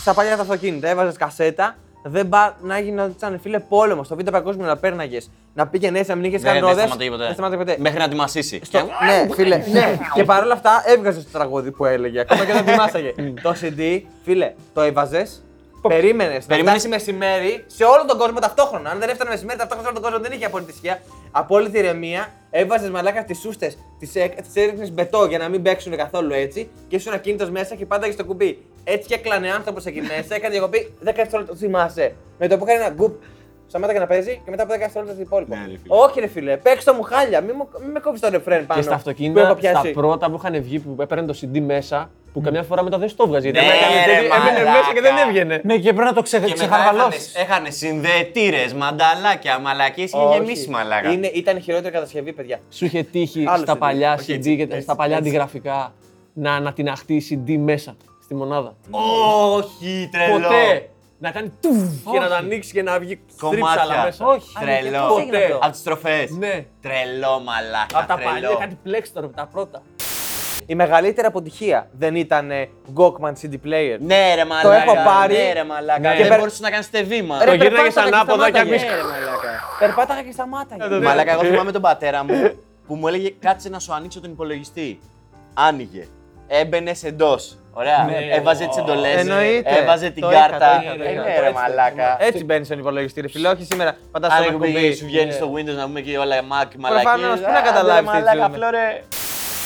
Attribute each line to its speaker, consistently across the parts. Speaker 1: στα παλιά τα αυτοκίνητα, έβαζες κασέτα. Δεν πα, να γινόταν φίλε πόλεμο. Στο βίντεο παγκόσμιο να πέρναγες, να πήγαινε έτσι, να μην είχες
Speaker 2: Δεν-
Speaker 1: καν
Speaker 2: Δεν
Speaker 1: ρόδε.
Speaker 2: Ναι, σταματάει ποτέ. Μέχρι να τη μασίσει.
Speaker 1: Στο- Ναι, φίλε. ναι. και παρόλα αυτά έβγαζε το τραγούδι που έλεγε. Ακόμα και δεν θυμάσαι. το CD, φίλε, το έβαζε. Περίμενε να
Speaker 2: Περίμενες.
Speaker 1: φτάσει μεσημέρι σε όλο τον κόσμο ταυτόχρονα. Αν δεν έφτανε μεσημέρι ταυτόχρονα σε όλο τον κόσμο δεν είχε απόλυτη ησυχία. Απόλυτη ηρεμία. Έβαζε μαλάκα τι σούστε, τι έριχνε μπετό για να μην παίξουν καθόλου έτσι. Και ήσουν ακίνητο μέσα και πάντα στο κουμπί. Έτσι και έκλανε άνθρωπος εκεί μέσα. Έκανε διακοπή 10 δευτερόλεπτα. Θυμάσαι. Με το που έκανε ένα γκουπ. Σταμάταγε να παίζει και μετά από 10 δευτερόλεπτα το υπόλοιπο.
Speaker 2: Ναι, ρε, φίλε.
Speaker 1: Όχι, ρε φίλε, παίξτε μου χάλια. Μην μου- μην με κόψεις το ρεφρέν πάνω.
Speaker 3: Και στα
Speaker 1: που έχω
Speaker 3: αυτοκίνητα, στα
Speaker 1: πιάσει.
Speaker 3: πρώτα που είχαν βγει, που έπαιρνε το CD μέσα, που καμιά φορά μετά δεν στο βγάζει. Γιατί
Speaker 2: Ναι,
Speaker 3: άμα έκανε
Speaker 2: ρε,
Speaker 3: τέτοιο, έμενε
Speaker 2: μαλάκα.
Speaker 3: μέσα και δεν έβγαινε.
Speaker 4: Ναι, και πρέπει να το ξε... ξεχαρβαλώσεις.
Speaker 2: Έχανε συνδετήρες, μανταλάκια, μαλακίες και
Speaker 1: Όχι.
Speaker 2: γεμίσει μαλάκα.
Speaker 1: Είναι, ήταν η χειρότερη κατασκευή, παιδιά.
Speaker 3: Σου είχε τύχει
Speaker 1: Άλλο
Speaker 3: στα
Speaker 1: CD.
Speaker 3: παλιά
Speaker 2: ναι. Όχι
Speaker 3: CD,
Speaker 2: έτσι,
Speaker 3: και
Speaker 2: έτσι,
Speaker 3: στα παλιά
Speaker 2: έτσι.
Speaker 3: αντιγραφικά να ανατιναχτεί η CD μέσα στη μονάδα.
Speaker 2: Όχι, τρελό.
Speaker 3: Ποτέ να κάνει τουβ και να τα ανοίξει και να βγει
Speaker 2: Κομμάτια.
Speaker 3: στρίψαλα μέσα.
Speaker 2: Όχι.
Speaker 1: Α,
Speaker 2: Τρελό.
Speaker 1: πώς έγινε αυτό.
Speaker 2: Από τις τροφές.
Speaker 3: Ναι.
Speaker 2: Τρελό μαλάκα.
Speaker 3: Από τα
Speaker 2: τρελό.
Speaker 3: παλιά, κάτι πλέξτορ, τα πρώτα.
Speaker 1: Η μεγαλύτερη αποτυχία δεν ήταν ε, Walkman CD
Speaker 3: Ε,
Speaker 1: player.
Speaker 2: Ναι, ρε μαλάκα.
Speaker 1: έχω πάρει.
Speaker 2: Ναι, ρε μαλάκα.
Speaker 3: Ναι.
Speaker 2: Δεν
Speaker 1: Και
Speaker 2: μπορούσε να κάνεις τεβήμα.
Speaker 1: Ρε,
Speaker 3: Το γύρναγες
Speaker 1: περπάταγα και
Speaker 3: ανάποδα
Speaker 1: σταμάταγε.
Speaker 3: και εμείς-
Speaker 1: Ναι, ρε, μαλάκα. Περπάταγα και σταμάταγε.
Speaker 2: Μαλάκα, εγώ θυμάμαι τον πατέρα μου που μου έλεγε κάτσε να σου ανοίξω τον υπολογιστή. Άνοιγε. Έμπαινε εντό. Ωραία.
Speaker 1: Ναι.
Speaker 2: Έβαζε τις εντολές.
Speaker 1: Εννοείται.
Speaker 2: Έβαζε την
Speaker 1: Το είχα,
Speaker 2: κάρτα.
Speaker 1: το είχα, το
Speaker 2: Ε,
Speaker 1: είχα,
Speaker 2: ναι,
Speaker 1: το
Speaker 2: ρε
Speaker 1: έτσι,
Speaker 2: μαλάκα.
Speaker 1: Έτσι μπαίνει στον υπολογιστή, ρε φίλε. Όχι σήμερα. Πατά
Speaker 2: Άρα
Speaker 1: το
Speaker 2: που πήγε,
Speaker 1: κουμπί. ναι.
Speaker 2: σου βγαίνει στο Windows να πούμε και όλα Mac, μαλακίες.
Speaker 1: Προφανώς, πού να
Speaker 2: Α, ρε,
Speaker 1: καταλάβεις τι
Speaker 2: Μαλάκα,
Speaker 1: ζούμε.
Speaker 2: απλό ρε.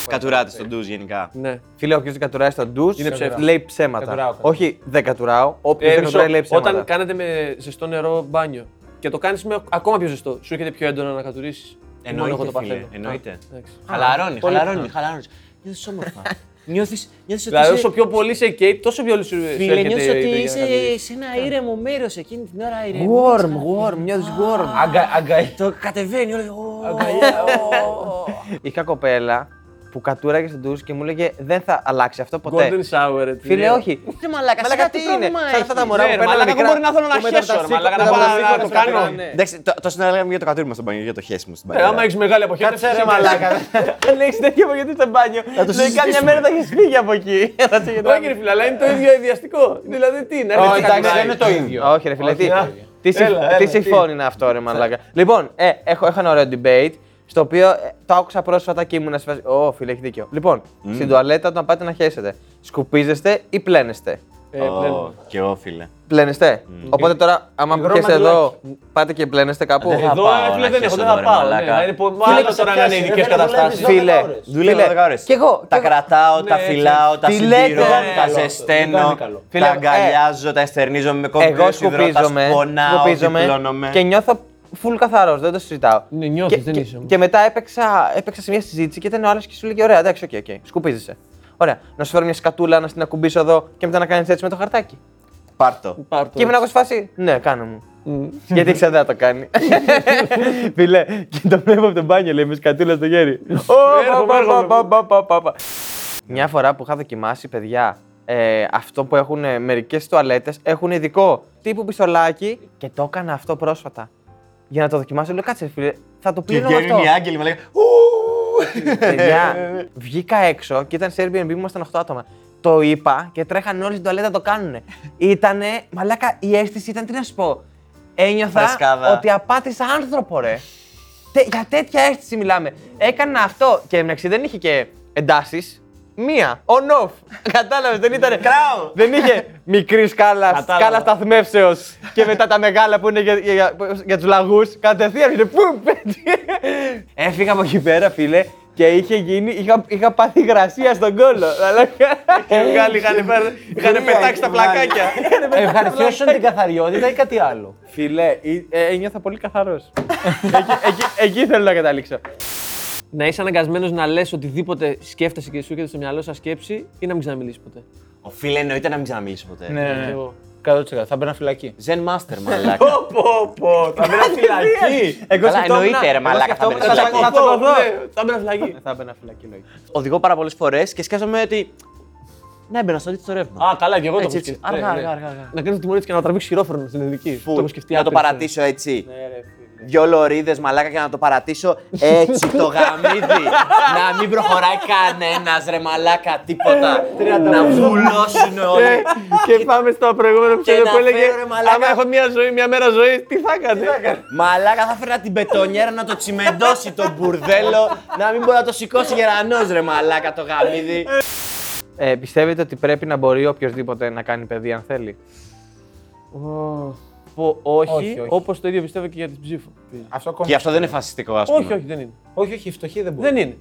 Speaker 2: Κατουράτε στον ντουζ γενικά.
Speaker 3: Ναι.
Speaker 1: Φίλε, ο οποίος δεν κατουράει στον ντους,
Speaker 3: Είναι ψεύτης.
Speaker 1: λέει ψέματα.
Speaker 4: Κατουράω, κατουράω.
Speaker 1: Όχι, δεν κατουράω. Όποιος
Speaker 3: Ε,
Speaker 1: δεν
Speaker 3: μισό,
Speaker 1: κατουράει λέει ψέματα.
Speaker 3: Όταν κάνετε με ζεστό νερό μπάνιο και το κάνεις με ακόμα πιο ζεστό, σου έρχεται πιο έντονα να κατουρίσεις.
Speaker 2: Εννοείται,
Speaker 3: εγώ το
Speaker 2: φίλε,
Speaker 3: παθαίνω.
Speaker 2: εννοείται.
Speaker 3: Α, εντάξει.
Speaker 2: Χαλαρώνεις,
Speaker 3: πολύ
Speaker 2: χαλαρώνεις,
Speaker 3: πιθανό.
Speaker 2: χαλαρώνεις. Νιώθεις όμορφα. Νιώθεις, νιώθεις ότι
Speaker 3: Δηλαδή,
Speaker 2: είσαι-
Speaker 3: όσο πιο πολύ σε καίει, τόσο πιο πολύ σου σου
Speaker 2: Φίλε,
Speaker 3: έρχεται
Speaker 2: νιώθεις ότι
Speaker 3: η ιδέα να
Speaker 2: είσαι
Speaker 3: κατουρήσεις.
Speaker 2: σε ένα ήρεμο μέρος εκείνη την ώρα ηρεμό.
Speaker 1: Warm, warm, νιώθεις warm.
Speaker 4: Αγκα... αγκα-
Speaker 2: Το κατεβαίνει όλο.
Speaker 1: Είχα κοπέλα που κατούραγε στον ντους και μου έλεγε Δεν θα αλλάξει αυτό ποτέ.
Speaker 3: Golden shower, ε, ρε,
Speaker 1: Φίλε,
Speaker 3: τελείω.
Speaker 1: όχι.
Speaker 2: Τι μαλάκα, σε
Speaker 1: Μαλάκα
Speaker 2: κάτι
Speaker 1: τι είναι.
Speaker 2: πρόβλημα
Speaker 1: Σαν αυτά τα
Speaker 2: έχεις.
Speaker 1: μωρά
Speaker 3: Ναι,
Speaker 1: που
Speaker 3: ρε,
Speaker 1: παίρνανε
Speaker 3: μαλάκα,
Speaker 1: μικρά.
Speaker 3: εγώ μπορεί να θέλω να
Speaker 1: που μετά
Speaker 3: χέσω,
Speaker 1: τα
Speaker 3: ρε,
Speaker 1: σήκω-
Speaker 3: μαλάκα,
Speaker 1: που
Speaker 3: να
Speaker 1: μετά
Speaker 3: πάω
Speaker 1: τα
Speaker 3: να-
Speaker 1: σήκω,
Speaker 3: να
Speaker 1: τα
Speaker 3: το
Speaker 1: σήκω,
Speaker 3: κάνω.
Speaker 1: ναι.
Speaker 2: Εντάξει, το- το συναλλάγαμε για το κατούρμα στον μπανιό, για το χέσιμο στην
Speaker 3: Ε, άμα
Speaker 2: μπανιέρα.
Speaker 3: έχεις μεγάλη αποχή,
Speaker 1: Κάτσε ρε
Speaker 3: ψήφισε.
Speaker 1: μαλάκα. Λέει τέτοιο γιατί στο μπάνιο. Λέει κάμια μέρα θα έχεις φύγει από εκεί. Θα σε γυρνάμε.
Speaker 3: Ε, Όχι, ρε φίλε, αλλά είναι το ίδιο ιδιαστικό. Δηλαδή, τι είναι.
Speaker 1: Όχι, εντάξει, δεν είναι
Speaker 4: το ίδιο.
Speaker 1: Όχι, ρε φίλε, τι,
Speaker 3: α.
Speaker 1: τι, συμ-
Speaker 3: Έλα,
Speaker 1: τι
Speaker 3: έλα,
Speaker 1: συμφώνει είναι αυτό, ρε Μαλάκα. λοιπόν, ε, έχω, έχω ένα ωραίο debate, στο οποίο ε, το άκουσα πρόσφατα και ήμουν σε φάση. Ω, φίλε, έχεις δίκιο. Λοιπόν,
Speaker 3: Mm.
Speaker 1: στην τουαλέτα όταν πάτε να χέσετε, σκουπίζεστε ή πλένεστε.
Speaker 3: Ε,
Speaker 2: Ω, Και εγώ, φίλε.
Speaker 1: Πλένεστε.
Speaker 3: Mm.
Speaker 1: Οπότε τώρα, άμα
Speaker 4: Υγρό
Speaker 1: πιέσετε εδώ,
Speaker 4: μαντιλάκι.
Speaker 1: πάτε και πλένεστε κάπου.
Speaker 2: Δεν θα
Speaker 3: Εδώ,
Speaker 2: πάω
Speaker 3: ρε,
Speaker 2: να
Speaker 3: φίλε, δεν
Speaker 2: χέσω
Speaker 3: έχω, δεν
Speaker 2: εδώ,
Speaker 3: θα
Speaker 2: ρε,
Speaker 3: πάω.
Speaker 2: μαλάκα.
Speaker 3: ναι. Είναι πολύ
Speaker 4: Φίλε,
Speaker 3: άλλο τώρα να είναι
Speaker 4: ξαφνιάσαι,
Speaker 3: ειδικέ
Speaker 4: δεν
Speaker 3: καταστάσεις.
Speaker 4: δουλεύεις.
Speaker 1: Φίλε,
Speaker 4: ώρες.
Speaker 2: Δουλεύω 12 ώρες.
Speaker 1: Κι εγώ.
Speaker 2: Τα
Speaker 1: κι εγώ.
Speaker 2: κρατάω, τα
Speaker 3: Ναι,
Speaker 2: φυλάω, τα
Speaker 1: Τι λέτε,
Speaker 2: συντηρώ,
Speaker 1: δεν είναι
Speaker 2: τα
Speaker 4: καλό αυτό. Δεν
Speaker 2: ζεσταίνω,
Speaker 4: κάνει καλό.
Speaker 1: Φίλε,
Speaker 2: τα
Speaker 1: ε,
Speaker 2: αγκαλιάζω, τα εστερνίζομαι με κομπρέ
Speaker 1: Εγώ
Speaker 2: σιδρό, τα
Speaker 1: σκουπίζομαι,
Speaker 2: σπονάω,
Speaker 1: σκουπίζομαι
Speaker 2: διπλώνομαι.
Speaker 1: και νιώθω full καθαρός, δεν το συζητάω.
Speaker 3: Ναι, νιώθεις,
Speaker 1: και,
Speaker 3: δεν
Speaker 1: και,
Speaker 3: είσαι όμως.
Speaker 1: και μετά έπαιξα, έπαιξα σε μια συζήτηση και ήταν ο άλλος και σου λέγε: Ωραία, εντάξει, οκ, οκ, σκουπίζεσαι. Ωραία, να σου φέρω μια σκατούλα, να την ακουμπήσω εδώ και μετά να κάνεις έτσι με το χαρτάκι.
Speaker 2: Πάρτο.
Speaker 3: Πάρ' το.
Speaker 1: Και ήμουν εγώ σε φάση, ναι, κάνε μου. Γιατί ήξερα δεν θα το κάνει. Φίλε, και το βλέπω από τον μπάνιο, λέει μες σκατούλα στο χέρι. Ω, πα,
Speaker 3: Έρχομαι,
Speaker 1: πα,
Speaker 3: έρχομαι.
Speaker 1: πα, πα, πα, πα, πα. Μια φορά που είχα δοκιμάσει, παιδιά, ε, αυτό που έχουν μερικές τουαλέτες έχουν ειδικό τύπου πιστολάκι και το έκανα αυτό πρόσφατα. Για να το δοκιμάσω, λέω κάτσε, φίλε, θα το
Speaker 2: Και
Speaker 1: πλύνω αυτό.
Speaker 2: βγαίνουν οι άγγελοι, μου λέγανε
Speaker 1: Παιδιά, βγήκα έξω και ήταν σε Airbnb, ήμασταν 8 άτομα. Το είπα και τρέχανε όλοι στην τουαλέτα να το κάνουνε. Ήτανε, μαλάκα, η αίσθηση ήταν, τι να σου πω. Ένιωθα
Speaker 2: Φρεσκάδα.
Speaker 1: ότι απάτησα άνθρωπο, ρε. Τε- για τέτοια αίσθηση μιλάμε. Έκανα αυτό και μεταξύ δεν είχε και εντάσεις. Μία, on-off. Κατάλαβες, δεν ήταν.
Speaker 2: Κράου!
Speaker 1: δεν είχε μικρή σκάλα,
Speaker 3: Κατάλαβα.
Speaker 1: σκάλα σταθμεύσεως και μετά τα μεγάλα που είναι για, για, για, τους λαγούς. Κατευθείαν είναι πουμ, έτσι. Έφυγα από εκεί πέρα, φίλε, και είχε γίνει, είχα, είχα πάθει υγρασία στον κόλλο. Αλλά-
Speaker 3: Είχαν πετάξει τα πλακάκια.
Speaker 4: Ευχαριστιώσαν την καθαριότητα ή κάτι άλλο.
Speaker 1: φίλε, ε, ε, νιώθα πολύ καθαρός. εκεί, εκεί, εκεί θέλω να καταλήξω.
Speaker 3: Να είσαι αναγκασμένος να λες οτιδήποτε σκέφτεσαι και σου έρχεται στο μυαλό σα σκέψη ή να μην ξαναμιλήσεις ποτέ.
Speaker 2: Ο φίλε εννοείται να μην ξαναμιλήσει ποτέ.
Speaker 4: Ναι, ναι,
Speaker 3: Κι
Speaker 4: ναι.
Speaker 3: εγώ.
Speaker 4: 100% θα μπαίνα φυλακή.
Speaker 2: Zen Master, μαλάκα.
Speaker 1: Φυλακή! Εγώ
Speaker 2: Καλά,
Speaker 1: σκεφτόμουν-
Speaker 2: εννοείται, ρε,
Speaker 1: εγώ
Speaker 2: μαλάκα, θα
Speaker 1: σκεφτόμουν
Speaker 2: μπαίνεις
Speaker 1: θα-
Speaker 2: φυλακή.
Speaker 1: Θα το δω.
Speaker 3: Ναι, Θα μπει φυλακή.
Speaker 1: Θα μπαίνα φυλακή, λογικά.
Speaker 2: Οδηγώ πάρα πολλές φορές και σκέφτομαι ότι. Να έμπαινα στο αντίθετο ρεύμα.
Speaker 3: Α, καλά, και εγώ το έχω
Speaker 2: Έτσι, έτσι.
Speaker 3: σκεφτεί.
Speaker 2: Αργά,
Speaker 3: Ναι, ναι.
Speaker 2: αργά, αργά, αργά.
Speaker 3: Να κάνεις τη μολύτσα και να τραβήξεις χειρόφρονο στην ελληνική. Το
Speaker 2: Φουλ.
Speaker 3: έχω σκεφτεί.
Speaker 2: Να το
Speaker 3: άπειρες φορές.
Speaker 2: παρατήσω έτσι.
Speaker 1: Ναι, ρε, φίλε.
Speaker 2: δυο λωρίδες μαλάκα και να το παρατήσω έτσι το γαμίδι. να μην προχωράει κανένας ρε μαλάκα τίποτα. να βουλώσουν όλοι.
Speaker 3: και πάμε στο προηγούμενο
Speaker 2: Και να
Speaker 3: επεισόδιο Ναι, που έλεγε.
Speaker 2: φέρω, ρε μαλάκα.
Speaker 3: Άμα έχω μια ζωή, μια μέρα ζωή, τι θα έκανε.
Speaker 2: μαλάκα θα φέρνα την πετονιέρα να το τσιμεντώσει το μπουρδέλο. να μην μπορεί να το σηκώσει γερανός ρε μαλάκα το γαμίδι.
Speaker 1: Ε, πιστεύετε ότι πρέπει να μπορεί οποιοδήποτε να κάνει παιδί αν θέλει.
Speaker 3: Πω όχι,
Speaker 4: Όχι, όχι.
Speaker 3: όπως το ίδιο πιστεύω και για τις ψήφου.
Speaker 4: Αυτό ακόμα.
Speaker 2: Και αυτό δεν είναι φασιστικό, ας πούμε.
Speaker 3: Όχι, όχι, δεν είναι.
Speaker 4: Όχι, όχι, η φτωχή δεν μπορεί.
Speaker 3: Δεν είναι.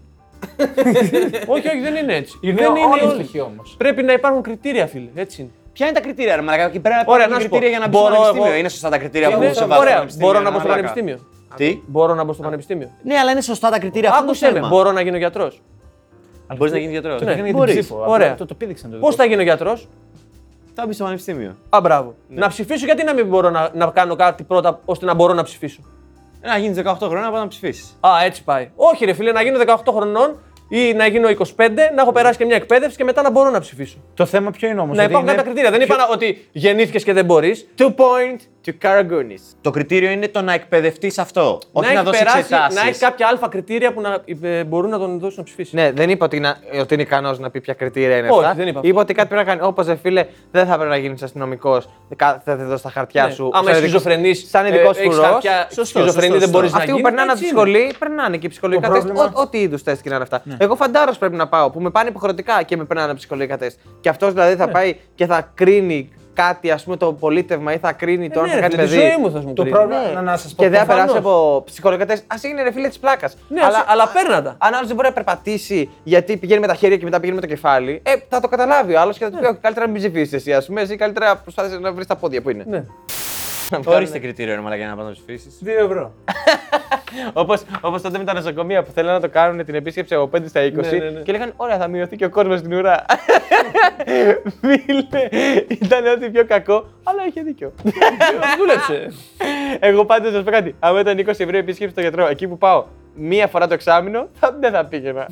Speaker 3: όχι, όχι, δεν είναι έτσι.
Speaker 4: Είναι
Speaker 3: δεν
Speaker 4: όλοι
Speaker 3: όλοι.
Speaker 4: φτωχοί όμως.
Speaker 3: Πρέπει να υπάρχουν κριτήρια, φίλε. Έτσι είναι.
Speaker 2: Ποια είναι τα κριτήρια, ρε Μαλάκα, εκεί πέρα να
Speaker 3: Ωραία,
Speaker 2: υπάρχουν
Speaker 3: να σου
Speaker 2: κριτήρια
Speaker 3: πω.
Speaker 2: για να μπει στο
Speaker 3: Μπορώ
Speaker 2: πανεπιστήμιο.
Speaker 3: εγώ-
Speaker 2: Είναι σωστά τα κριτήρια που
Speaker 3: Είναι-
Speaker 2: σε βάζουν
Speaker 3: Ωραία,
Speaker 2: πανεπιστήμια,
Speaker 3: μπορώ
Speaker 2: ρε
Speaker 3: να μπω στο
Speaker 2: μαλάκα.
Speaker 3: πανεπιστήμιο.
Speaker 2: Τι.
Speaker 3: Μπορώ να μπω στο πανεπιστήμιο.
Speaker 2: Ναι, αλλά είναι σωστά τα κριτήρια. αυτό
Speaker 3: Άκουσε
Speaker 2: το
Speaker 3: με,
Speaker 2: θέμα.
Speaker 3: μπορώ να γίνω γιατρός.
Speaker 2: Μπορείς να γίνεις γιατρός.
Speaker 3: Ναι,
Speaker 4: Έκανε για την
Speaker 3: μπορείς.
Speaker 4: ψήφο.
Speaker 3: Ωραία.
Speaker 4: Απλά Το, το πήδηξαν το
Speaker 3: Πώς
Speaker 4: δικό
Speaker 3: θα γίνω γιατρός,
Speaker 2: Θα μπει στο πανεπιστήμιο.
Speaker 3: Α, μπράβο.
Speaker 1: Ναι.
Speaker 3: Να ψηφίσω, γιατί να μην μπορώ να, να κάνω κάτι πρώτα ώστε να μπορώ να ψηφίσω.
Speaker 2: Να γίνει 18 χρόνια να πάω να ψηφίσεις.
Speaker 3: Α, έτσι πάει. Όχι, ρε φίλε, να γίνω 18 χρονών ή να γίνω 25, να έχω περάσει και μια εκπαίδευση και μετά να μπορώ να ψηφίσω.
Speaker 4: του. Το θέμα ποιο είναι όμως.
Speaker 3: να υπάρχουν κάποια κριτήρια. Δεν είπα να- ότι γεννήθηκες και δεν μπορείς.
Speaker 2: Two point to Karagounis. Το κριτήριο είναι το να εκπαιδευτείς αυτό. όχι να δώσει εξετάσεις.
Speaker 3: να έχει κάποια αλφα κριτήρια που να ε, μπορούν να τον δώσουν να ψηφίσει.
Speaker 1: Ναι, δεν είπα ότι, να, ότι είναι ικανός να πει ποια κριτήρια είναι
Speaker 3: Όχι,
Speaker 1: αυτά.
Speaker 3: δεν είπα αυτό.
Speaker 1: Είπα ότι κάτι πρέπει να κάνει. Όπως ρε φίλε, δεν θα πρέπει να γίνεις αστυνομικός. Κάθεται εδώ στα χαρτιά
Speaker 3: Ναι.
Speaker 1: σου.
Speaker 3: Άμα
Speaker 1: σαν
Speaker 3: είσαι ε,
Speaker 1: ειδικός-
Speaker 3: σχιζοφρενής.
Speaker 1: Σαν ειδικό φρουρό.
Speaker 2: Σωστό,
Speaker 3: Σχιζοφρενή
Speaker 2: σωστό,
Speaker 3: δεν μπορείς να
Speaker 2: σωστό.
Speaker 1: Αυτοί
Speaker 3: γίνεις.
Speaker 1: που περνάνε από τη
Speaker 3: έτσι είναι. Ναι.
Speaker 1: σχολή, περνάνε και ψυχολογικά
Speaker 4: Το
Speaker 1: τεστ.
Speaker 4: πρόβλημα-
Speaker 1: Ό- Ό,τι είδους τεστ και να είναι αυτά. Εγώ φαντάρο πρέπει να πάω που με πάνε υποχρεωτικά και με περνάνε ψυχολογικά τεστ. Και αυτός δηλαδή
Speaker 3: Ναι.
Speaker 1: θα πάει και θα κρίνει κάτι, ας πούμε, το πολίτευμα ή θα κρίνει το
Speaker 3: Ε,
Speaker 1: αν
Speaker 3: ναι,
Speaker 1: θα
Speaker 3: ρε
Speaker 1: κάνει
Speaker 3: φίλε, τη
Speaker 1: παιδί.
Speaker 3: ζωή μου θα μου
Speaker 4: Το
Speaker 3: κρίνει.
Speaker 4: πρόβλημα να, να σας πω.
Speaker 1: Και δεν θα
Speaker 4: προφανώς.
Speaker 1: περάσει από ψυχολογικά τεστ. Ας είναι ρε φίλε της πλάκας.
Speaker 3: Ναι, αλλά, αλλά παίρνα τα.
Speaker 1: Αν άλλος δεν μπορεί να περπατήσει γιατί πηγαίνει με τα χέρια και μετά πηγαίνει με το κεφάλι, ε, θα το καταλάβει ο άλλος και θα
Speaker 3: Ναι.
Speaker 1: του πει: «Όχι, Καλύτερα να μην ψηφίσεις εσύ, ας πούμε. Εσύ καλύτερα προσπάθησε να βρεις τα πόδια που είναι.
Speaker 3: Ναι.
Speaker 2: Ορίστε κριτήριο, ρε Μαλάκα, για να πάω να ψηφίσεις.
Speaker 4: 2 ευρώ.
Speaker 1: Όπως όπως τότε με τα νοσοκομεία που θέλανε να το κάνουν την επίσκεψη από 5 στα 20
Speaker 3: Ναι, ναι, ναι.
Speaker 1: και λέγανε Ωραία, θα μειωθεί και ο κόσμος στην ουρά. Φίλε, ήταν ό,τι πιο κακό, αλλά είχε δίκιο.
Speaker 3: Ε, Δούλεψε.
Speaker 1: Εγώ πάντως να σου πω κάτι. Αν ήταν 20 ευρώ επίσκεψη στο γιατρό, εκεί που πάω μία φορά το εξάμεινο, θα, δεν θα πήγαινα.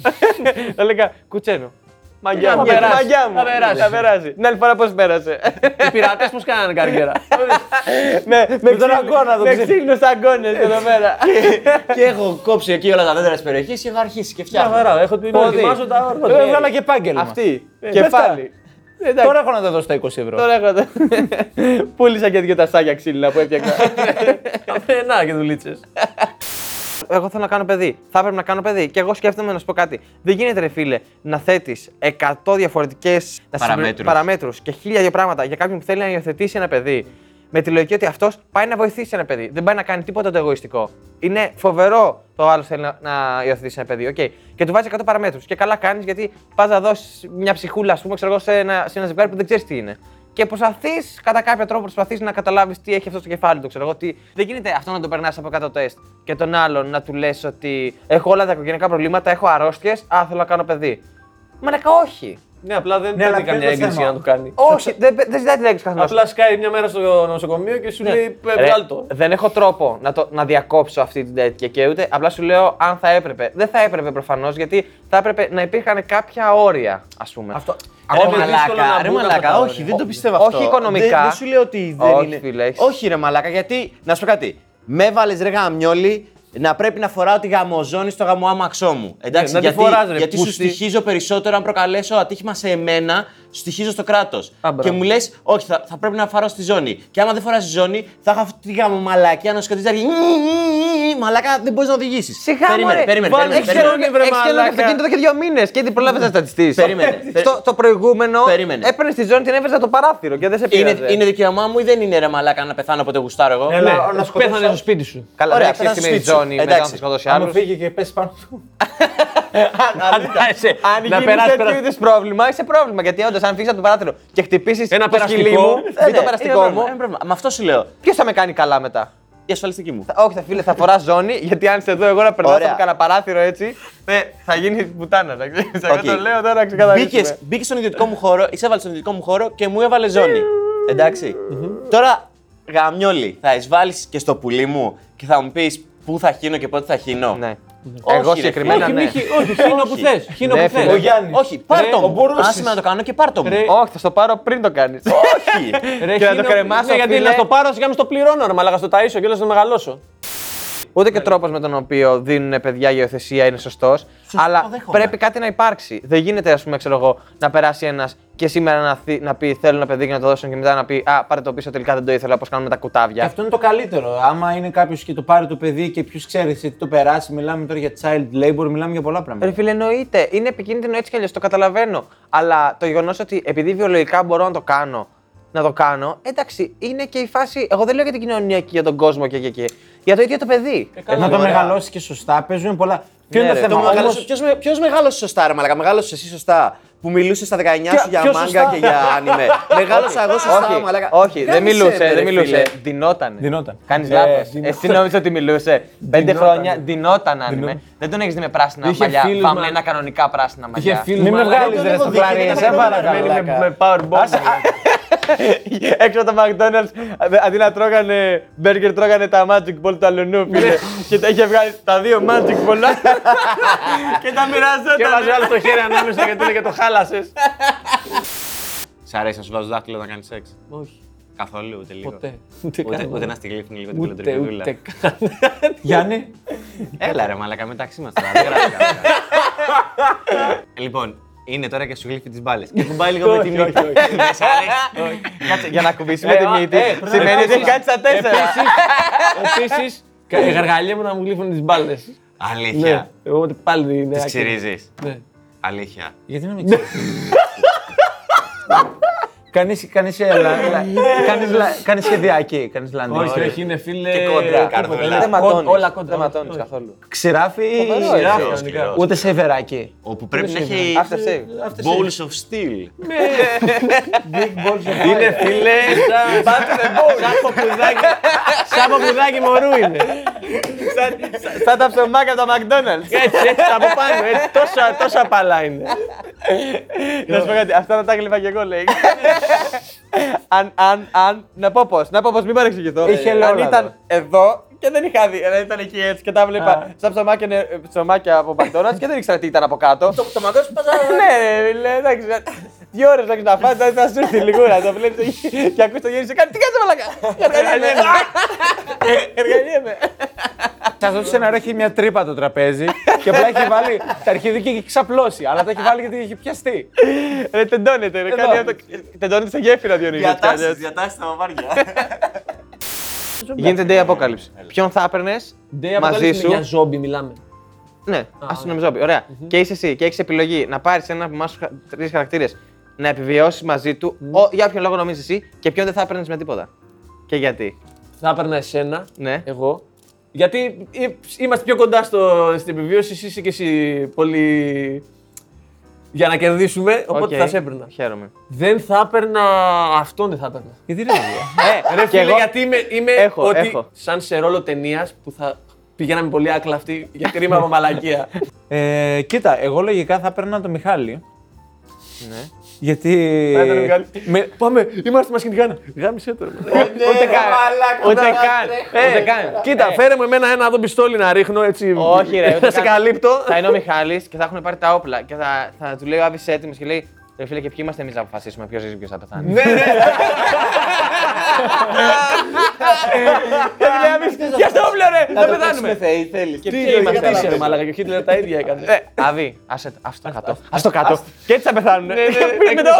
Speaker 1: θα λέγα κουτσένο. Μαγιά
Speaker 3: Θα
Speaker 1: μου,
Speaker 3: περάσει,
Speaker 1: μαγιά μου.
Speaker 3: θα περάσει.
Speaker 1: Θα περάσει. Την άλλη φορά πώς πέρασε.
Speaker 3: Οι πειράτε πώς κάνανε καριέρα.
Speaker 1: με, Ναι, με,
Speaker 4: τον
Speaker 1: ξύλι-
Speaker 4: αγκώνα, τον
Speaker 1: με
Speaker 4: ξύλι.
Speaker 1: ξύλινους αγκώνες εδώ πέρα.
Speaker 2: και έχω κόψει εκεί όλα τα δέντρα της περιοχής και έχω αρχίσει και
Speaker 3: Μια
Speaker 2: φτιάχνω.
Speaker 3: χαρά. Έχω την Ετοιμάζω τα όρμα.
Speaker 4: Εγώ έβγαλα και επάγγελμα.
Speaker 1: Αυτή.
Speaker 3: Ε,
Speaker 4: πες τα.
Speaker 1: Κεφάλι. Εντάξει,
Speaker 4: Τώρα έχω να τα δώσω τα 20 ευρώ.
Speaker 1: Τώρα έχω τα. Πούλησα και δύο τασάκια ξύλινα που έφτιαχνα.
Speaker 3: Ε, Να και δουλίτσες.
Speaker 1: Εγώ θέλω να κάνω παιδί. Θα έπρεπε να κάνω παιδί. Και εγώ σκέφτομαι να σου πω κάτι. Δεν γίνεται, ρε φίλε, να θέτεις 100 διαφορετικέ
Speaker 2: Παραμέτρους.
Speaker 1: παραμέτρους και χίλια δύο πράγματα για κάποιον που θέλει να υιοθετήσει ένα παιδί. Με τη λογική ότι αυτός πάει να βοηθήσει ένα παιδί. Δεν πάει να κάνει τίποτα το εγωιστικό. Είναι φοβερό το άλλος θέλει να, να υιοθετήσει ένα παιδί. Okay. Και του βάζει 100 παραμέτρους. Και καλά κάνεις γιατί πας να δώσεις μια ψυχούλα, ας πούμε, ξέρω εγώ, σε ένα, σε ένα ζευγάρι που δεν ξέρεις τι είναι. Και προσπαθείς κατά κάποιο τρόπο προσπαθείς να καταλάβεις τι έχει αυτό στο κεφάλι του. Ξέρω εγώ, τι... Δεν γίνεται αυτό να το περνάς από κάτω τεστ και τον άλλον να του λες ότι έχω όλα τα οικογενεικά προβλήματα, έχω αρρώστιες, α θέλω να κάνω παιδί. Μαλακα, όχι.
Speaker 3: Ναι, απλά δεν
Speaker 4: Ναι,
Speaker 3: παίρνει
Speaker 4: αλλά
Speaker 3: καμιά
Speaker 4: ποιο είναι το
Speaker 3: έγκριση
Speaker 4: θέμα?
Speaker 3: να το κάνει.
Speaker 1: όχι, δεν δεν ζητάει τη λέξη καθόλου.
Speaker 3: Απλά σκάει μια μέρα στο νοσοκομείο και σου
Speaker 1: Ναι.
Speaker 3: λέει
Speaker 1: Ρε,
Speaker 3: βγάλ το.
Speaker 1: Ε, δεν έχω τρόπο να, το, να διακόψω αυτή την τέτοια και ούτε. Απλά σου λέω αν θα έπρεπε. Δεν θα έπρεπε προφανώς γιατί θα έπρεπε να υπήρχαν κάποια όρια, ας πούμε. Ε,
Speaker 4: Αυτό.
Speaker 2: Ρε
Speaker 3: είναι δύσκολο να
Speaker 2: μαλάκα, ρε
Speaker 3: μπουν αυτά
Speaker 2: μαλάκα,
Speaker 3: τα
Speaker 2: όχι,
Speaker 3: όρια.
Speaker 2: δεν το πιστεύω
Speaker 1: όχι
Speaker 2: αυτό.
Speaker 1: οικονομικά.
Speaker 2: Δεν, δεν σου λέω ότι δεν
Speaker 1: Όχι,
Speaker 2: είναι.
Speaker 1: φίλε, έχεις-
Speaker 2: Όχι, ρε μαλάκα, γιατί να σου πω κάτι. Με έβαλε ρε γαμιόλι να πρέπει να φοράω τη γαμοζώνη στο γαμοάμαξό μου. Εντάξει,
Speaker 3: Ναι, να τη
Speaker 2: γιατί,
Speaker 3: φοράς, ρε,
Speaker 2: γιατί σου
Speaker 3: πούστη.
Speaker 2: στοιχίζω περισσότερο αν προκαλέσω ατύχημα σε εμένα, στοιχίζω στο κράτος.
Speaker 3: Α, μπράβο.
Speaker 2: Και μου λες, όχι, θα, θα, πρέπει να φοράω στη ζώνη. Και άμα δεν φοράς στη ζώνη, θα έχω αυτή τη γαμομαλακία να δηλαδή, σκοτίζει. Μαλάκα δεν μπορείς να οδηγήσεις.
Speaker 1: Σιγά
Speaker 2: Περίμενε,
Speaker 1: μωρέ.
Speaker 2: περίμενε.
Speaker 1: Βάλε
Speaker 2: περίμενε,
Speaker 1: χέρι,
Speaker 2: περίμενε.
Speaker 1: βρε Έχεις χειρονομικό
Speaker 3: μαλάκα.
Speaker 1: αυτοκίνητο εδώ και δύο μήνες και δεν προλάβει να στατιστείς.
Speaker 2: Περίμενε.
Speaker 1: Το, το προηγούμενο
Speaker 2: Περίμενε.
Speaker 1: έπαιρνες τη ζώνη, την έβαζε το παράθυρο και δεν σε πήρε.
Speaker 2: Είναι, είναι δικαίωμά μου ή δεν είναι ρε μαλάκα να πεθάνω όποτε γουστάρω εγώ.
Speaker 4: Ναι, αλλά να σκοτώσεις
Speaker 3: Πέθανε στο σπίτι σου.
Speaker 1: Καλά,
Speaker 2: Ωραία,
Speaker 1: δεν έχει
Speaker 2: πέρασε
Speaker 1: σχέση με τη
Speaker 2: σπίτι σου.
Speaker 1: ζώνη μετά να
Speaker 2: Εντάξει.
Speaker 1: θα σκοτώσει
Speaker 4: Αν
Speaker 1: άλλου.
Speaker 4: φύγει και πέσει πάνω του.
Speaker 3: Φαντάζεσαι
Speaker 1: Αν γίνει τέτοιου είδου πρόβλημα, είσαι πρόβλημα. Γιατί όντως, αν φύγεις από το παράθυρο και χτυπήσεις
Speaker 3: Ένα
Speaker 1: το σκυλί
Speaker 3: περαστικό.
Speaker 1: μου,
Speaker 2: Ε,
Speaker 1: μπει
Speaker 2: ναι,
Speaker 1: το
Speaker 2: είναι
Speaker 1: περαστικό
Speaker 2: πρόβλημα,
Speaker 1: μου,
Speaker 2: είναι πρόβλημα. Με αυτό σου λέω.
Speaker 1: ποιος θα με κάνει καλά μετά.
Speaker 2: Η ασφαλιστική μου.
Speaker 1: Θα- Όχι, θα φίλε, θα φοράς ζώνη, γιατί αν είσαι εδώ εγώ να περνάω
Speaker 2: Ωραία.
Speaker 1: από κανένα παράθυρο έτσι, ε, θα γίνεις πουτάνα. εντάξει. Εγώ
Speaker 2: Οκ.
Speaker 1: το λέω τώρα ξεκαθαρίσουμε.
Speaker 2: Μπήκες, μπήκες στον ιδιωτικό μου χώρο, εισέβαλε στον ιδιωτικό μου χώρο και μου έβαλες ζώνη. Εντάξει. Τώρα γαμιόλι, θα εισβάλλει και στο πουλί μου και θα μου πεις πού θα χύνω και πότε θα χύνω.
Speaker 1: Ναι.
Speaker 2: Όχι,
Speaker 1: Εγώ
Speaker 2: ρε,
Speaker 1: συγκεκριμένα
Speaker 3: Όχι,
Speaker 1: ναι.
Speaker 3: μη χει- όχι, χύνω που
Speaker 2: Όχι.
Speaker 3: θε. Χύνω
Speaker 1: Ναι,
Speaker 3: που
Speaker 1: φίλε.
Speaker 4: Ο
Speaker 3: θε.
Speaker 4: Γιάννης.
Speaker 2: Όχι,
Speaker 4: Ρε,
Speaker 2: πάρτο
Speaker 4: ο
Speaker 2: μου.
Speaker 4: Μπορούσης.
Speaker 2: Άσε με να το κάνω και πάρτο μου.
Speaker 3: Ρε,
Speaker 1: Όχι, θα στο πάρω πριν το κάνεις.
Speaker 2: Όχι.
Speaker 3: Ρε,
Speaker 1: Και να το
Speaker 3: χύνω-
Speaker 1: κρεμάσω,
Speaker 3: Ναι, γιατί
Speaker 1: φίλε.
Speaker 3: να το πάρω, σιγά μη στο πληρώνω, ρε μαλάκα, στο ταΐσω και όλο να μεγαλώσω.
Speaker 1: ούτε και τρόπος με τον οποίο δίνουν παιδιά γεωθεσία είναι σωστός. Αλλά
Speaker 2: δέχομαι.
Speaker 1: πρέπει κάτι να υπάρξει. Δεν γίνεται, ας πούμε, ξέρω εγώ, να περάσει ένας και σήμερα να, θυ- να πει Θέλω ένα παιδί και να το δώσουν και μετά να πει Α, πάρε το πίσω, τελικά δεν το ήθελα, όπως κάνουμε με τα κουτάβια.
Speaker 4: Και Ε, αυτό είναι το καλύτερο. Άμα είναι κάποιος και το πάρει το παιδί και ποιος ξέρει τι το περάσει, μιλάμε τώρα για child labor, μιλάμε για πολλά πράγματα.
Speaker 1: Ρε φίλε, εννοείται. Είναι επικίνδυνο έτσι κι αλλιώς, το καταλαβαίνω. Αλλά το γεγονός ότι επειδή βιολογικά μπορώ να το κάνω, να το κάνω, εντάξει, είναι και η φάση. Εγώ δεν λέω για την κοινωνία και για τον κόσμο και, και, και. Για το ίδιο το παιδί.
Speaker 4: Ε, να το μεγαλώσει και σωστά, παίζουν πολλά. Ποιο
Speaker 1: Ναι,
Speaker 4: είναι
Speaker 1: ρε,
Speaker 4: το
Speaker 2: Το
Speaker 4: θέμα
Speaker 2: μεγάλο-
Speaker 4: όμως,
Speaker 2: ποιος, με- ποιος μεγάλωσε σωστά, ρε Μαλακά. Μεγάλωσες εσύ σωστά. Που μιλούσες στα 19 σου
Speaker 4: Ποιο-
Speaker 2: για
Speaker 4: ποιος
Speaker 2: μάγκα
Speaker 4: σωστά?
Speaker 2: και για άνιμε. Μεγάλωσα εγώ σωστά,
Speaker 1: όχι,
Speaker 2: Μαλακά.
Speaker 1: όχι δεν
Speaker 2: Γάμισε,
Speaker 1: μιλούσε,
Speaker 2: ρε,
Speaker 1: δεν
Speaker 2: φίλε.
Speaker 1: μιλούσε. Δινότανε.
Speaker 4: Δινόταν.
Speaker 1: Κάνει
Speaker 4: Ε,
Speaker 1: λάθο.
Speaker 4: δινόταν.
Speaker 1: Εσύ νόμιζες ότι μιλούσε. Πέντε
Speaker 4: Δινόταν.
Speaker 1: χρόνια δινόταν άνιμε. Δεν τον έχεις δει με πράσινα
Speaker 3: Είχε
Speaker 1: μαλλιά.
Speaker 3: φίλους, μα-
Speaker 1: Πάμε ένα κανονικά πράσινα μαλλιά.
Speaker 4: Μην με βγάλεις
Speaker 2: δεν
Speaker 4: ρε
Speaker 2: έχω
Speaker 4: στο
Speaker 2: δίκιο,
Speaker 4: πλάι,
Speaker 2: δεν
Speaker 4: σε
Speaker 2: έχω
Speaker 4: παρακαλώ.
Speaker 2: δίκιο.
Speaker 3: με, με powerbomb.
Speaker 2: Έξω από τα McDonald's, αδε- αντί να τρώγανε μπέργκερ, τρώγανε τα Magic Ball του αλουνού,
Speaker 3: Ναι.
Speaker 2: φίλε. και τα είχε βγάλει τα δύο Magic Ball και τα μοιράζονταν.
Speaker 3: Και βάζει άλλο το χέρι ανάμεσα γιατί είναι και το χάλασες.
Speaker 2: Σ' αρέσει να σου βάζω δάχτυλο να κάνεις σεξ.
Speaker 3: Όχι,
Speaker 2: Καθόλου ούτε λίγο.
Speaker 3: ποτέ. Ούτε
Speaker 2: Ούτε,
Speaker 3: καν.
Speaker 2: ούτε να στυλίχνει λίγο την
Speaker 3: Ούτε,
Speaker 2: κολοτριβιδούλα.
Speaker 3: ούτε καν.
Speaker 4: Γιάννη,
Speaker 2: Έλα ρε μαλακά, μεταξύ μας τώρα, δεν γράφει κανένα. Λοιπόν, είναι τώρα και σου γλύφει τις μπάλες. Και κουμπάει λίγο με τη μύτη. Δεν σ'
Speaker 3: Ναι.
Speaker 2: αρέσει.
Speaker 1: Κάτσε, για να κουμπίσει με τη μύτη. Σημαίνει
Speaker 3: Ε, πρέπει
Speaker 1: ότι
Speaker 3: να- ε,
Speaker 1: έχει κάτι στα τέσσερα.
Speaker 3: Επίσης,
Speaker 2: Ε.
Speaker 3: γαργαλιέμαι να μου γλύφουν τις μπάλες. Ναι,
Speaker 2: Αλήθεια.
Speaker 3: εγώ ότι πάλι είναι.
Speaker 2: Τις
Speaker 3: άκυρο.
Speaker 2: ξυρίζεις.
Speaker 3: Ναι.
Speaker 2: Αλήθεια.
Speaker 4: γιατί να μην ξέρει. Κανείς, κανείς, έλα, έλα. κανείς, λα- κανείς σχεδιάκι, κανείς λαντή.
Speaker 3: Όχι, όχι, είναι φίλε.
Speaker 2: Και κόντρα, καρδούλα.
Speaker 1: Δεν
Speaker 2: Όλα
Speaker 1: ματώνεις.
Speaker 3: Όλα
Speaker 1: Δεν
Speaker 3: κόντρα.
Speaker 1: ματώνεις καθόλου.
Speaker 4: Ξηράφι ή
Speaker 1: Φοβερό, έτσι.
Speaker 4: ξηράφι,
Speaker 2: Σκληρός,
Speaker 3: Ναι, κανονικά.
Speaker 2: σκληρός.
Speaker 4: ούτε σεβεράκι.
Speaker 2: Όπου πρέπει να έχει
Speaker 1: After save.
Speaker 2: balls of steel.
Speaker 3: Είναι φίλε. σαν- Σαν ποπουδάκι. Σαν ποπουδάκι μωρού είναι.
Speaker 1: Σαν τα ψωμάκια από τα McDonald's.
Speaker 3: Έτσι, έτσι από πάνω. έτσι, τόσα- Τόσα απαλά είναι.
Speaker 1: Να σου πω κάτι, αυτά να τα γλυφα και εγώ λέει. αν, αν, αν, να πω πώς, να πω πώς, μην παρεξηγηθώ.
Speaker 4: Είχε
Speaker 1: αν
Speaker 4: ελαιόλαδο.
Speaker 1: ήταν εδώ και δεν είχα δει, δηλαδή ήταν εκεί έτσι και τα βλέπα σαν ψωμάκια, νε- ε, ψωμάκια από McDonald's και δεν ήξερα τι ήταν από κάτω. το το μαγκό σου Ναι, ρε, λέει, εντάξει. Δύο ώρες να να φάει, να σου έρθει η λιγούρα. Το βλέπεις και ακούς το γύρισε κάτι. Τι κάτσε μαλακά. Εργαλιέμαι. Εργαλιέμαι.
Speaker 4: Σα δω σενάριο έχει μια τρύπα το τραπέζι και απλά έχει βάλει τα αρχιδική και έχει ξαπλώσει. Αλλά τα έχει βάλει γιατί έχει πιαστεί.
Speaker 1: Ρε, τεντώνεται, ρε, κάνει αυτό. Τεντώνεται σε γέφυρα, Διονύσης.
Speaker 2: Διατάσεις, διατάσεις στα μαμάρια.
Speaker 1: Γίνεται day apocalypse. Ποιον θα έπαιρνες μαζί σου.
Speaker 3: Για ζόμπι μιλάμε.
Speaker 1: Ναι, αστυνομικό ζόμπι. Ωραία. Και είσαι εσύ και έχεις επιλογή να πάρεις ένα από εμάς τρεις χαρακτήρες να επιβιώσεις μαζί του, ο- για όποιον λόγο νομίζεις εσύ, και ποιον δεν θα έπαιρνες με τίποτα. Και γιατί.
Speaker 3: Θα έπαιρνα εσένα,
Speaker 1: Ναι.
Speaker 3: εγώ. Γιατί ε, είμαστε πιο κοντά στο, στην επιβίωση, εσύ είσαι και εσύ πολύ. για να κερδίσουμε. Οπότε
Speaker 1: Οκ.
Speaker 3: θα σε έπαιρνα.
Speaker 1: Χαίρομαι.
Speaker 3: Δεν θα έπαιρνα. αυτόν δεν θα έπαιρνα.
Speaker 4: Γιατί ρε,
Speaker 1: ε,
Speaker 3: Ρε
Speaker 1: και
Speaker 3: φίλε,
Speaker 1: εγώ-
Speaker 3: γιατί είμαι, είμαι
Speaker 1: Έχω,
Speaker 3: ότι
Speaker 1: έχω.
Speaker 3: σαν σε ρόλο ταινίας που θα πηγαίναμε πολύ άκλα αυτή γιατί ρήμα από μαλακία.
Speaker 4: ε, κοίτα, εγώ λογικά θα παίρνα τον Μιχάλη.
Speaker 1: Ναι.
Speaker 4: Γιατί.
Speaker 3: Ε, Με- Πάμε, είμαστε μας κυνηγάνε. Γάμισε το. ρε.
Speaker 1: Ούτε καν. Ούτε καν.
Speaker 3: Ε,
Speaker 1: Ούτε καν.
Speaker 3: Κοίτα, φέρε μου εμένα ένα εδώ πιστόλι να ρίχνω έτσι.
Speaker 1: Όχι, ρε. ούτε
Speaker 3: Να σε
Speaker 1: καν.
Speaker 3: καλύπτω.
Speaker 1: Ε, Θα είναι ο Μιχάλης και θα έχουν πάρει τα όπλα και θα, θα του λέει ο Άβη έτοιμος και λέει Ρε φίλε, και ποιοι είμαστε εμείς να αποφασίσουμε ποιος ζει και ποιος θα πεθάνει. Ναι, ναι.
Speaker 3: Για στο όπλο, ρε! Δεν πεθάνουμε.
Speaker 1: θέλεις. Και
Speaker 3: Τι
Speaker 1: ποιοι είμαστε.
Speaker 3: είμαστε, ρε Μαλάκα, και ο Χίτλερ τα ίδια έκανε.
Speaker 1: Ε, Άβη, άσε το- ας Ναι, το κάτω. Ας το κάτω. Και έτσι θα πεθάνουν.
Speaker 3: Με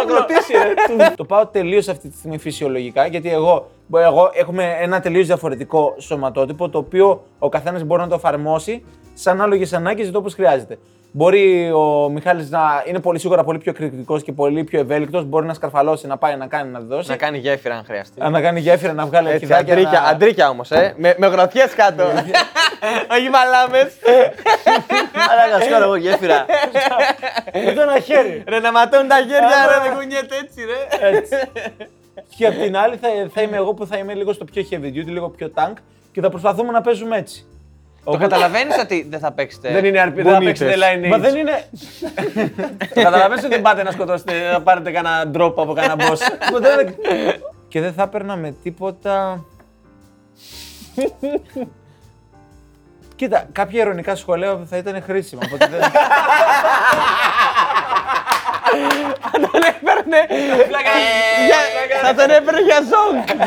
Speaker 3: το κροτήσει, ρε.
Speaker 4: το πάω τελείως αυτή τη στιγμή φυσιολογικά. Γιατί εγώ, εγώ έχουμε ένα τελείως διαφορετικό σωματότυπο το οποίο ο καθένας μπορεί να το εφαρμόσει σε ανάλογε ανάγκε το όπως χρειάζεται. Μπορεί ο Μιχάλης να είναι πολύ σίγουρα πολύ πιο κριτικός και πολύ πιο ευέλικτος. Μπορεί να σκαρφαλώσει, να πάει, να κάνει, να δώσει.
Speaker 1: Να κάνει γέφυρα αν χρειαστεί.
Speaker 4: Α, Να κάνει γέφυρα, να βγάλει
Speaker 1: Έτσι,
Speaker 4: αρχιδάκια.
Speaker 1: αντρίκια,
Speaker 4: να-
Speaker 1: αντρίκια όμως, ε. Με, με γροθιές κάτω. Όχι μαλάμες.
Speaker 2: Αλλά να σκάρω εγώ γέφυρα.
Speaker 4: Ούτε Ε, ένα χέρι.
Speaker 1: Ρε να ματώνουν τα γέρια, ρε. Δεν κουνιέται έτσι, ρε.
Speaker 4: και απ' την άλλη θα, θα είμαι εγώ που θα είμαι λίγο στο πιο heavy duty, λίγο πιο tank και θα προσπαθούμε να παίζουμε έτσι.
Speaker 1: Το καταλαβαίνεις ότι δεν θα παίξετε.
Speaker 3: Δεν είναι αρπίδα, δεν παίξετε line
Speaker 4: Μα δεν είναι.
Speaker 3: Καταλαβαίνεις ότι δεν πάτε να σκοτώσετε, να πάρετε κανένα ντρόπο από κανένα boss.
Speaker 4: Μα δεν- και δεν θα έπαιρνα με τίποτα. Κοίτα, κάποια ειρωνικά σχολεία θα ήταν χρήσιμα. Οπότε δεν...
Speaker 3: Αν τον έπαιρνε.
Speaker 2: Ε. Για- Θα τον έπαιρνε για ζόγκ.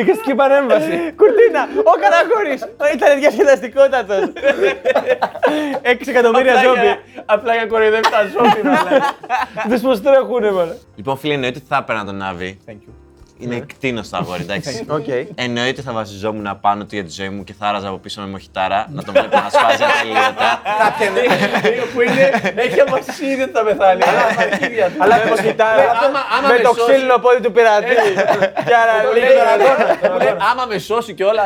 Speaker 3: Οικαστική παρέμβαση.
Speaker 2: Κουρτίνα, ο Καραχώρης. Ήταν διασκεδαστικότατο. 6 εκατομμύρια
Speaker 3: Απλά
Speaker 2: ζόμπι.
Speaker 3: για- Απλά για κοροϊδεύει τα ζόμπι. Δες πώς τρέχουνε, μάνα.
Speaker 2: Λοιπόν, φίλε, εννοείται ότι θα έπαιρνα τον Άβη. Είναι
Speaker 3: Ναι.
Speaker 2: κτίνος το αγόρι, εντάξει. Εννοείται θα βασιζόμουν πάνω του για τη ζωή μου και θα άραζα από πίσω με μοχητάρα να τον βλέπω να σπάζει ατελείωτα.
Speaker 1: Θα πιανε.
Speaker 3: που είναι, έχει αποφασίσει ήδη ότι θα πεθάνει.
Speaker 4: Αλλά
Speaker 3: Ε,
Speaker 4: με κοίταρα, με το ξύλινο πόδι του πειρατή. Κι άρα,
Speaker 3: Το λέει
Speaker 4: λίγο
Speaker 3: τον
Speaker 4: να δω.
Speaker 3: αγώνα. Μου λέει, Άμα με σώσει κιόλα.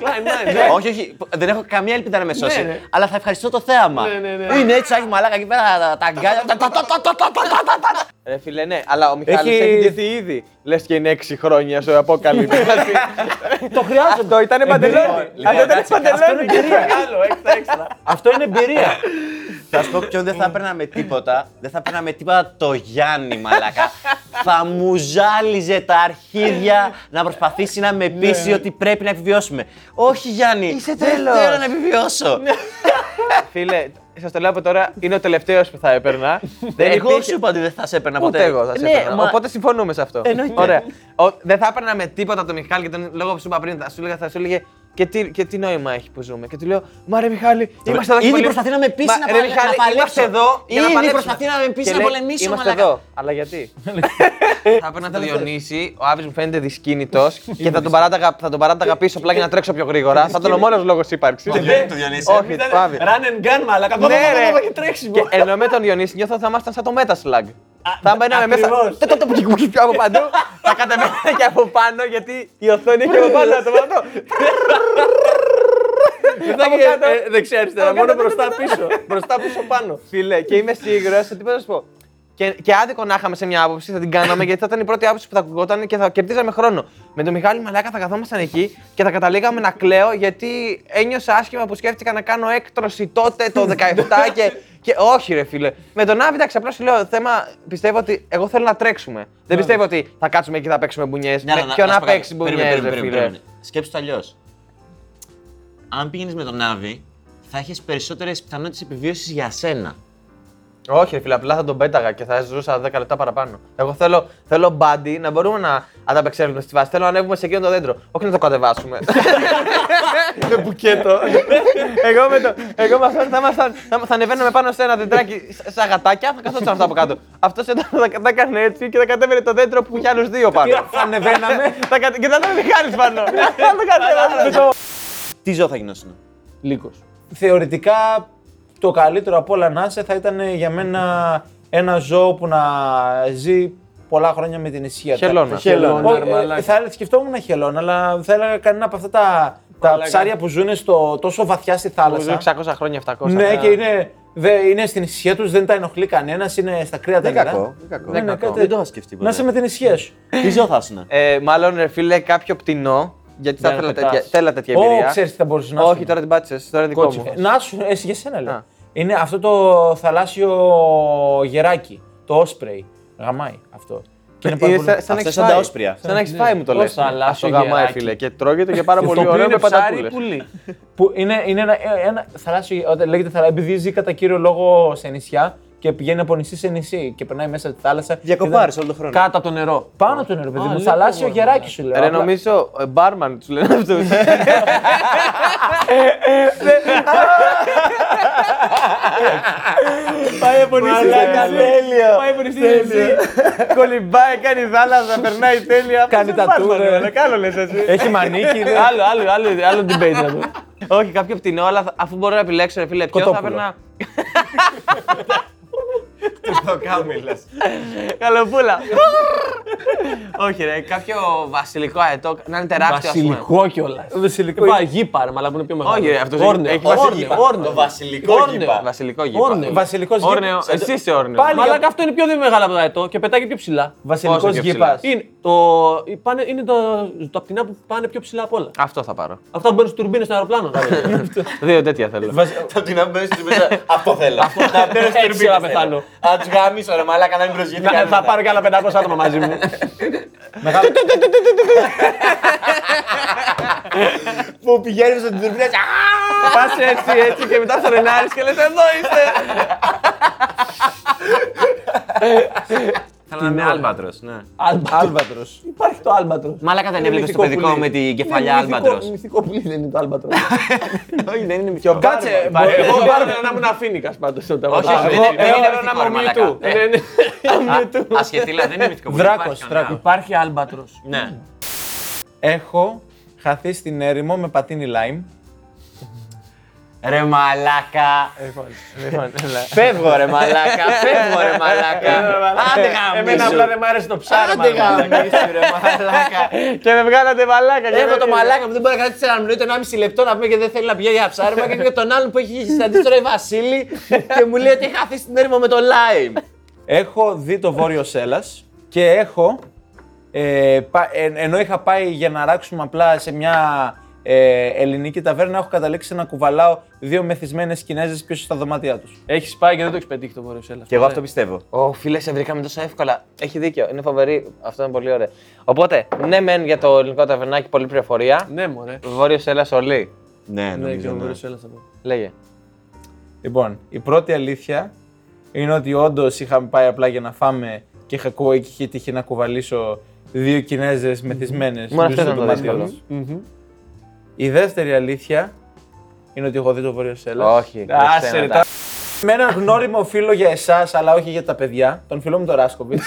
Speaker 3: Κλάιν, ναι, ναι.
Speaker 2: όχι, όχι, δεν έχω καμία ελπίδα να με σώσει.
Speaker 3: Ναι, ναι.
Speaker 2: Αλλά θα ευχαριστώ το θέαμα.
Speaker 3: Ναι, ναι, ναι.
Speaker 2: Είναι έτσι, άγιο μαλάκα εκεί πέρα, τα- τα αγκάλια. τα- τα- τα- τα- τα- τα- τα- τα- τα-
Speaker 1: Ρε φίλε, ναι, αλλά ο Μιχάλης
Speaker 4: Έχει-
Speaker 1: έχει ντυθεί ήδη. Λες και είναι 6 χρόνια στο απόκαλυψη.
Speaker 4: Το χρειάζονται.
Speaker 1: Ήταν παντελόνι.
Speaker 2: Λοιπόν,
Speaker 1: Αυτό ήταν
Speaker 2: εντάξει,
Speaker 1: παντελόνι.
Speaker 3: Άλλο, έξτρα, έξτρα.
Speaker 4: Αυτό είναι εμπειρία.
Speaker 2: Θα σου πω ποιον δεν θα έπαιρνα με τίποτα. Δεν θα έπαιρνα με τίποτα το Γιάννη, μαλάκα. θα μου ζάλιζε τα αρχίδια να προσπαθήσει να με πείσει ότι πρέπει να επιβιώσουμε. Όχι, Γιάννη. Είσαι Δεν θέλω να επιβιώσω.
Speaker 1: Φίλε, σας το λέω από τώρα, είναι ο τελευταίος που θα έπαιρνα. Δεν
Speaker 2: εγώ
Speaker 1: υπήρχε-
Speaker 2: σου είπα ότι δεν θα σε έπαιρνα ποτέ.
Speaker 1: Ούτε εγώ θα σε
Speaker 2: Ναι,
Speaker 1: έπαιρνα.
Speaker 2: μα-
Speaker 1: Οπότε συμφωνούμε σε αυτό.
Speaker 2: Εννοείται.
Speaker 1: Ωραία. Ο- δεν θα έπαιρνα με τίποτα τον Μιχάλη και τον λόγο που σου είπα πριν. Θα σου έλεγα, θα σου έλεγε και τι, και τι νόημα έχει που ζούμε. Και του λέω, Μα ρε Μιχάλη, είμαστε εδώ και
Speaker 2: Ήδη
Speaker 1: πολεμ-
Speaker 2: προσπαθεί να με πείσει
Speaker 1: Μα,
Speaker 2: να
Speaker 1: ρε
Speaker 2: παλε-
Speaker 1: Μιχάλη,
Speaker 2: να παλέψω.
Speaker 1: Είμαστε εδώ. για να
Speaker 2: Ήδη
Speaker 1: παλέψουμε.
Speaker 2: προσπαθεί να με πείσει
Speaker 1: Και
Speaker 2: να
Speaker 1: λέει,
Speaker 2: πολεμήσω,
Speaker 1: Είμαστε
Speaker 2: μαλάκα.
Speaker 1: εδώ. Αλλά γιατί. θα έπαιρνα τον Διονύση. Ο Άβη μου φαίνεται δυσκίνητος και θα τον παράταγα- θα τον παράταγα πίσω απλά για να τρέξω πιο γρήγορα. Θα ήταν ο μόνος λόγος ύπαρξης.
Speaker 2: Δεν το Διονύση.
Speaker 1: Όχι, το Άβη.
Speaker 3: Run and gun, μαλάκα. Ναι,
Speaker 1: ρε.
Speaker 3: ρε. Και τρέξιμο.
Speaker 1: Και ενώ με τον Διονύση νιώθω ότι θα ήμασταν σαν το Meta Slug. Θα μπαίναμε μέσα.
Speaker 3: ακριβώς.
Speaker 1: Τε, τε, τε, πουκι, πουκι, Από παντού. Θα κατεβαίναμε και από πάνω γιατί η οθόνη έχει από πάνω. Το πάνω.
Speaker 3: Μετά και-
Speaker 1: κάτω.
Speaker 3: ε, Δεξιά, αριστερά. Μόνο μπροστά πίσω. Μπροστά πίσω πάνω.
Speaker 1: Φίλε, και είμαι σίγουρος ότι πρέπει να σου πω. Και, και άδικο να είχαμε σε μια άποψη, θα την κάναμε γιατί θα ήταν η πρώτη άποψη που θα ακουγόταν και θα κερδίζαμε χρόνο. Με τον Μιχάλη Μαλάκα θα καθόμασταν εκεί και θα καταλήγαμε να κλαίω γιατί ένιωσα άσχημα που σκέφτηκα να κάνω έκτρωση τότε το 17 και, και όχι ρε φίλε. Με τον Άβη, εντάξει, απλώς σου λέω θέμα πιστεύω ότι εγώ θέλω να τρέξουμε. Δεν πιστεύω ότι θα κάτσουμε και θα παίξουμε μπουνιές.
Speaker 2: Ναι, αλλά
Speaker 1: Ποιο
Speaker 2: σου
Speaker 1: να
Speaker 2: πω κάτι.
Speaker 1: παίξει
Speaker 2: Περίμενε,
Speaker 1: μπουνιέ, ρε
Speaker 2: περίμενε,
Speaker 1: φίλε.
Speaker 2: περίμενε. Σκέψου το αλλιώς. Αν πήγαινες με τον Άβη, θα έχεις περισσότερες πιθανότητες επιβίωσης για σένα.
Speaker 1: Όχι, ρε φίλε, απλά θα τον πέταγα και θα ζούσα 10 λεπτά παραπάνω. Εγώ θέλω, θέλω μπάντι να μπορούμε να ανταπεξέλθουμε στη βάση. Θέλω να ανέβουμε σε εκείνο το δέντρο. Όχι να το κατεβάσουμε. με μπουκέτο. εγώ με, το, εγώ με αυτόν θα, ήμασταν- θα, θα ανεβαίναμε πάνω σε ένα δεντράκι σ- σαν γατάκια, θα καθόταν αυτά από κάτω. Αυτός θα, θα, έκανε έτσι και θα κατέβαινε το δέντρο που είχε άλλους δύο πάνω.
Speaker 4: Θα ανεβαίναμε.
Speaker 1: θα, κατε- και θα ήταν ο Μιχάλης πάνω. Θα το κατέβαζε.
Speaker 2: Τι ζώο θα γινόσουν.
Speaker 3: Λύκος.
Speaker 4: Θεωρητικά το καλύτερο από όλα να είσαι θα ήταν ε, για μένα ένα ζώο που να ζει πολλά χρόνια με την ησυχία του.
Speaker 1: Χελώνα.
Speaker 4: Χελώνα.
Speaker 3: Χελώνα,
Speaker 4: Ε,
Speaker 3: μαλάκα.
Speaker 4: θα έλεγα- σκεφτόμουν χελώνα, αλλά θα έλεγα κανένα από αυτά τα, τα ψάρια που ζουν στο, τόσο βαθιά στη θάλασσα.
Speaker 1: 600 χρόνια, 700.
Speaker 4: Ναι, και είναι, δε, είναι στην ησυχία τους, δεν τα ενοχλεί κανένας, είναι στα κρύα τα νερά.
Speaker 2: κακό.
Speaker 4: Ναι, ναι, κάτι
Speaker 2: Δεν το είχα σκεφτεί ποτέ.
Speaker 4: Να είσαι με την ησυχία σου.
Speaker 2: Τι ζώο θα ήσουν.
Speaker 1: Ε, μάλλον ρε φίλε κάποιο πτηνό, γιατί θα
Speaker 3: Δεν
Speaker 1: ήθελα
Speaker 3: πετάς.
Speaker 1: τέτοια, θέλα τέτοια
Speaker 4: Ω,
Speaker 1: εμπειρία.
Speaker 4: ξέρεις τι θα μπορούσες να
Speaker 1: Όχι,
Speaker 4: είσαι.
Speaker 1: τώρα την πάτησες. Τώρα είναι δικό μου.
Speaker 4: Ε, Να σου, εσύ για σένα λέω.
Speaker 1: Α.
Speaker 4: Είναι αυτό το θαλάσσιο γεράκι, το όσπρεϊ. Γαμάει αυτό. Και είναι
Speaker 1: Ε,
Speaker 4: πάρα πολύ-
Speaker 1: σαν να
Speaker 2: Αυτά
Speaker 1: έχεις
Speaker 2: σαν τα
Speaker 1: φάει.
Speaker 2: όσπρια.
Speaker 1: Σαν να έχει φάει μου το
Speaker 3: Πώς
Speaker 1: λες.
Speaker 3: θα αλλάξει ο
Speaker 1: γαμάει,
Speaker 3: γεράκι.
Speaker 1: φίλε. Και τρώγεται και πάρα
Speaker 4: Το
Speaker 1: πολύ
Speaker 4: οποίο
Speaker 1: ωραίο
Speaker 4: είναι
Speaker 1: με
Speaker 4: ψάρι
Speaker 1: πατατούλες.
Speaker 3: Πουλί.
Speaker 4: που είναι, είναι ένα, ε, ένα θαλάσσιο, όταν λέγεται θαλάσσιο, επειδή ζει κατά κύριο λόγο σε νησιά και πηγαίνει από νησί σε νησί και περνάει μέσα στη θάλασσα.
Speaker 2: Διακοπάρεις
Speaker 4: Και
Speaker 2: όλο τον χρόνο.
Speaker 4: Κάτω από το νερό. Πάνω από το νερό, παιδί μου. Θαλάσσιο
Speaker 3: ναι.
Speaker 4: γεράκι σου λέω.
Speaker 1: Ρε
Speaker 4: Απλά-
Speaker 1: νομίζω ε, μπάρμαν τους λένε αυτούς.
Speaker 3: Πάει από νησί σε
Speaker 4: Μαλάκα,
Speaker 3: νησί.
Speaker 4: τέλειο.
Speaker 3: Πάει από νησί σε νησί.
Speaker 1: Κολυμπάει, κάνει θάλασσα, περνάει τέλεια.
Speaker 4: Κάνει
Speaker 1: Αυτός
Speaker 4: τα
Speaker 1: είναι
Speaker 4: tour,
Speaker 1: Batman,
Speaker 4: ε.
Speaker 1: ρε, Κάνω λες έτσι.
Speaker 4: Έχει μανίκι. δε.
Speaker 3: Άλλο, άλλο, άλλο, άλλο debate να δω.
Speaker 1: Όχι, κάποιο πτηνό, αλλά θα- αφού μπορώ να επιλέξω, ρε φίλε, ποιο θα
Speaker 4: Κοτόπουλο.
Speaker 1: έπαιρνα.
Speaker 2: Το κάμιλα.
Speaker 1: Καλοπούλα. Όχι, ρε, κάποιο βασιλικό αετό να είναι τεράστιο. ας πούμε.
Speaker 3: Βασιλικό κιόλας.
Speaker 4: βασιλικό.
Speaker 3: Πάει γήπαρα, αλλά που είναι πιο μεγάλο.
Speaker 1: Όχι, ρε, αυτός
Speaker 3: Όρνεο.
Speaker 1: έχει βασιλικό.
Speaker 3: Όρνεο, όρνεο.
Speaker 2: Λοιπόν, Το βασιλικό
Speaker 3: Όρνεο.
Speaker 2: γήπα.
Speaker 1: Βασιλικό γήπα.
Speaker 3: Όρνεο.
Speaker 4: Βασιλικός
Speaker 1: Όρνεο,
Speaker 4: γύπας.
Speaker 1: εσύ είσαι όρνεο.
Speaker 4: Πάλι
Speaker 3: Μαλάκα αυτό είναι πιο δε μεγάλο από το αετό και πετάει και πιο ψηλά.
Speaker 4: Βασιλικός
Speaker 1: Πόσο πιο ψηλά.
Speaker 4: γύπας.
Speaker 3: Είναι, το, πάνε, είναι το, τα πτηνά που πάνε πιο ψηλά απ' όλα.
Speaker 1: Αυτό θα πάρω.
Speaker 3: Αυτά που μπαίνουν στι τουρμπίνε στο αεροπλάνο. τα λέμε.
Speaker 1: Δύο τέτοια θέλω.
Speaker 2: Θα την αμπέσει του μέσα. Αυτό θέλω. Να παίρνω
Speaker 3: Έτσι
Speaker 2: στην
Speaker 1: ναι,
Speaker 3: να πεθάνω.
Speaker 2: Αν του γάμισω ρε μαλάκα να μην προσγειωθεί
Speaker 3: Θα-
Speaker 2: κανένα.
Speaker 3: Ε, Θα πάρω και άλλα 500 άτομα μαζί μου.
Speaker 4: Μεγάλο.
Speaker 2: Που πηγαίνει στον τουρμπίνα.
Speaker 1: Πας έτσι, έτσι και μετά στον Ενάρη και λες: Εδώ είστε!
Speaker 2: Θέλω να είμαι άλμπατρο. Ναι.
Speaker 4: Άλβατρο.
Speaker 3: Υπάρχει το άλμπατρος.
Speaker 2: Μαλάκα δεν έβλεπε το
Speaker 3: Μυθικό
Speaker 2: παιδικό
Speaker 3: πουλί.
Speaker 2: με την κεφαλιά
Speaker 3: Είναι μυθικό-
Speaker 2: άλμπατρο.
Speaker 3: Μυθικό πουλί δεν είναι το άλμπατρος.
Speaker 2: Όχι, δεν είναι μυθικό.
Speaker 4: Κάτσε,
Speaker 3: Πάρε-
Speaker 4: μπορεί-
Speaker 3: Εγώ
Speaker 4: εγώ-
Speaker 3: πάρω να ήμουν αφήνικα πάντω.
Speaker 2: Όχι, όχι, δεν είναι- δεν είναι μυθικό, ρε μαλάκα. Ε,
Speaker 3: μυθικό.
Speaker 2: α- Ασχετήλα, δεν είναι μυθικό.
Speaker 4: Δράκος,
Speaker 2: Υπάρχει κανένα
Speaker 4: δράκος.
Speaker 2: άλλο.
Speaker 3: Υπάρχει άλμπατρος.
Speaker 2: Ναι.
Speaker 4: Έχω χαθεί στην έρημο με πατίνι λάιμ.
Speaker 2: Ρε μαλάκα. Φεύγω ρε μαλάκα, φεύγω ρε μαλάκα. Άντε
Speaker 3: Εμένα απλά
Speaker 2: γαμίσου.
Speaker 3: δεν μ' άρεσε το ψάρεμα.
Speaker 2: Άντε γαμίσου ρε μαλάκα.
Speaker 3: Και με βγάλατε μαλάκα.
Speaker 2: Έχω το μαλάκα που δεν μπορεί να κρατήσει ένα μινούτο, ένα μισή λεπτό να πούμε και δεν θέλει να πηγαίνει για ψάρεμα. Και και τον άλλον που έχει συναντήσει τώρα η Βασίλη και μου λέει ότι έχει χαθεί στην έρημο με το Λάιμ.
Speaker 4: Έχω δει το Βόρειο Σέλας και έχω, ε, πα- εν- ενώ είχα πάει για να ράξουμε απλά σε μια ε, ελληνική ταβέρνα, έχω καταλήξει να κουβαλάω δύο μεθυσμένες Κινέζες πίσω στα δωμάτια τους.
Speaker 3: Έχεις πάει και δεν το έχεις πετύχει το Βόρειο Σέλλα.
Speaker 2: πιστεύω.
Speaker 1: Ω, φίλε, σε βρήκαμε τόσο εύκολα. Έχει δίκιο. Είναι φοβερή. Αυτό είναι πολύ ωραίο. Οπότε, ναι, μεν για το ελληνικό ταβερνάκι, πολλή πληροφορία.
Speaker 3: Ναι, μωρέ.
Speaker 1: Βόρειος Έλλας, όλοι.
Speaker 2: Ναι,
Speaker 3: Ναι, και
Speaker 2: νομίζω.
Speaker 3: ο
Speaker 2: ναι.
Speaker 3: Βόρειος Σέλλα θα πω.
Speaker 1: Λέγε.
Speaker 4: Λοιπόν, η πρώτη αλήθεια είναι ότι όντως είχαμε πάει απλά για να φάμε και είχα κου- είχε τύχει να κουβαλήσω δύο Κινέζες μεθυσμένες
Speaker 1: Μόνο αυτό
Speaker 4: πίσω
Speaker 1: ήταν
Speaker 4: στο
Speaker 1: το
Speaker 4: δωμάτιο
Speaker 1: δύσκολο.
Speaker 4: τους. Η δεύτερη αλήθεια είναι ότι έχω δει το Βόρειο Σέλας.
Speaker 1: Όχι, κλειστέ
Speaker 4: Άσε, ρε,
Speaker 1: μετά.
Speaker 4: τα... Με έναν γνώριμο φίλο για εσάς, αλλά όχι για τα παιδιά, τον φίλο μου τον Ράσκοβιτ.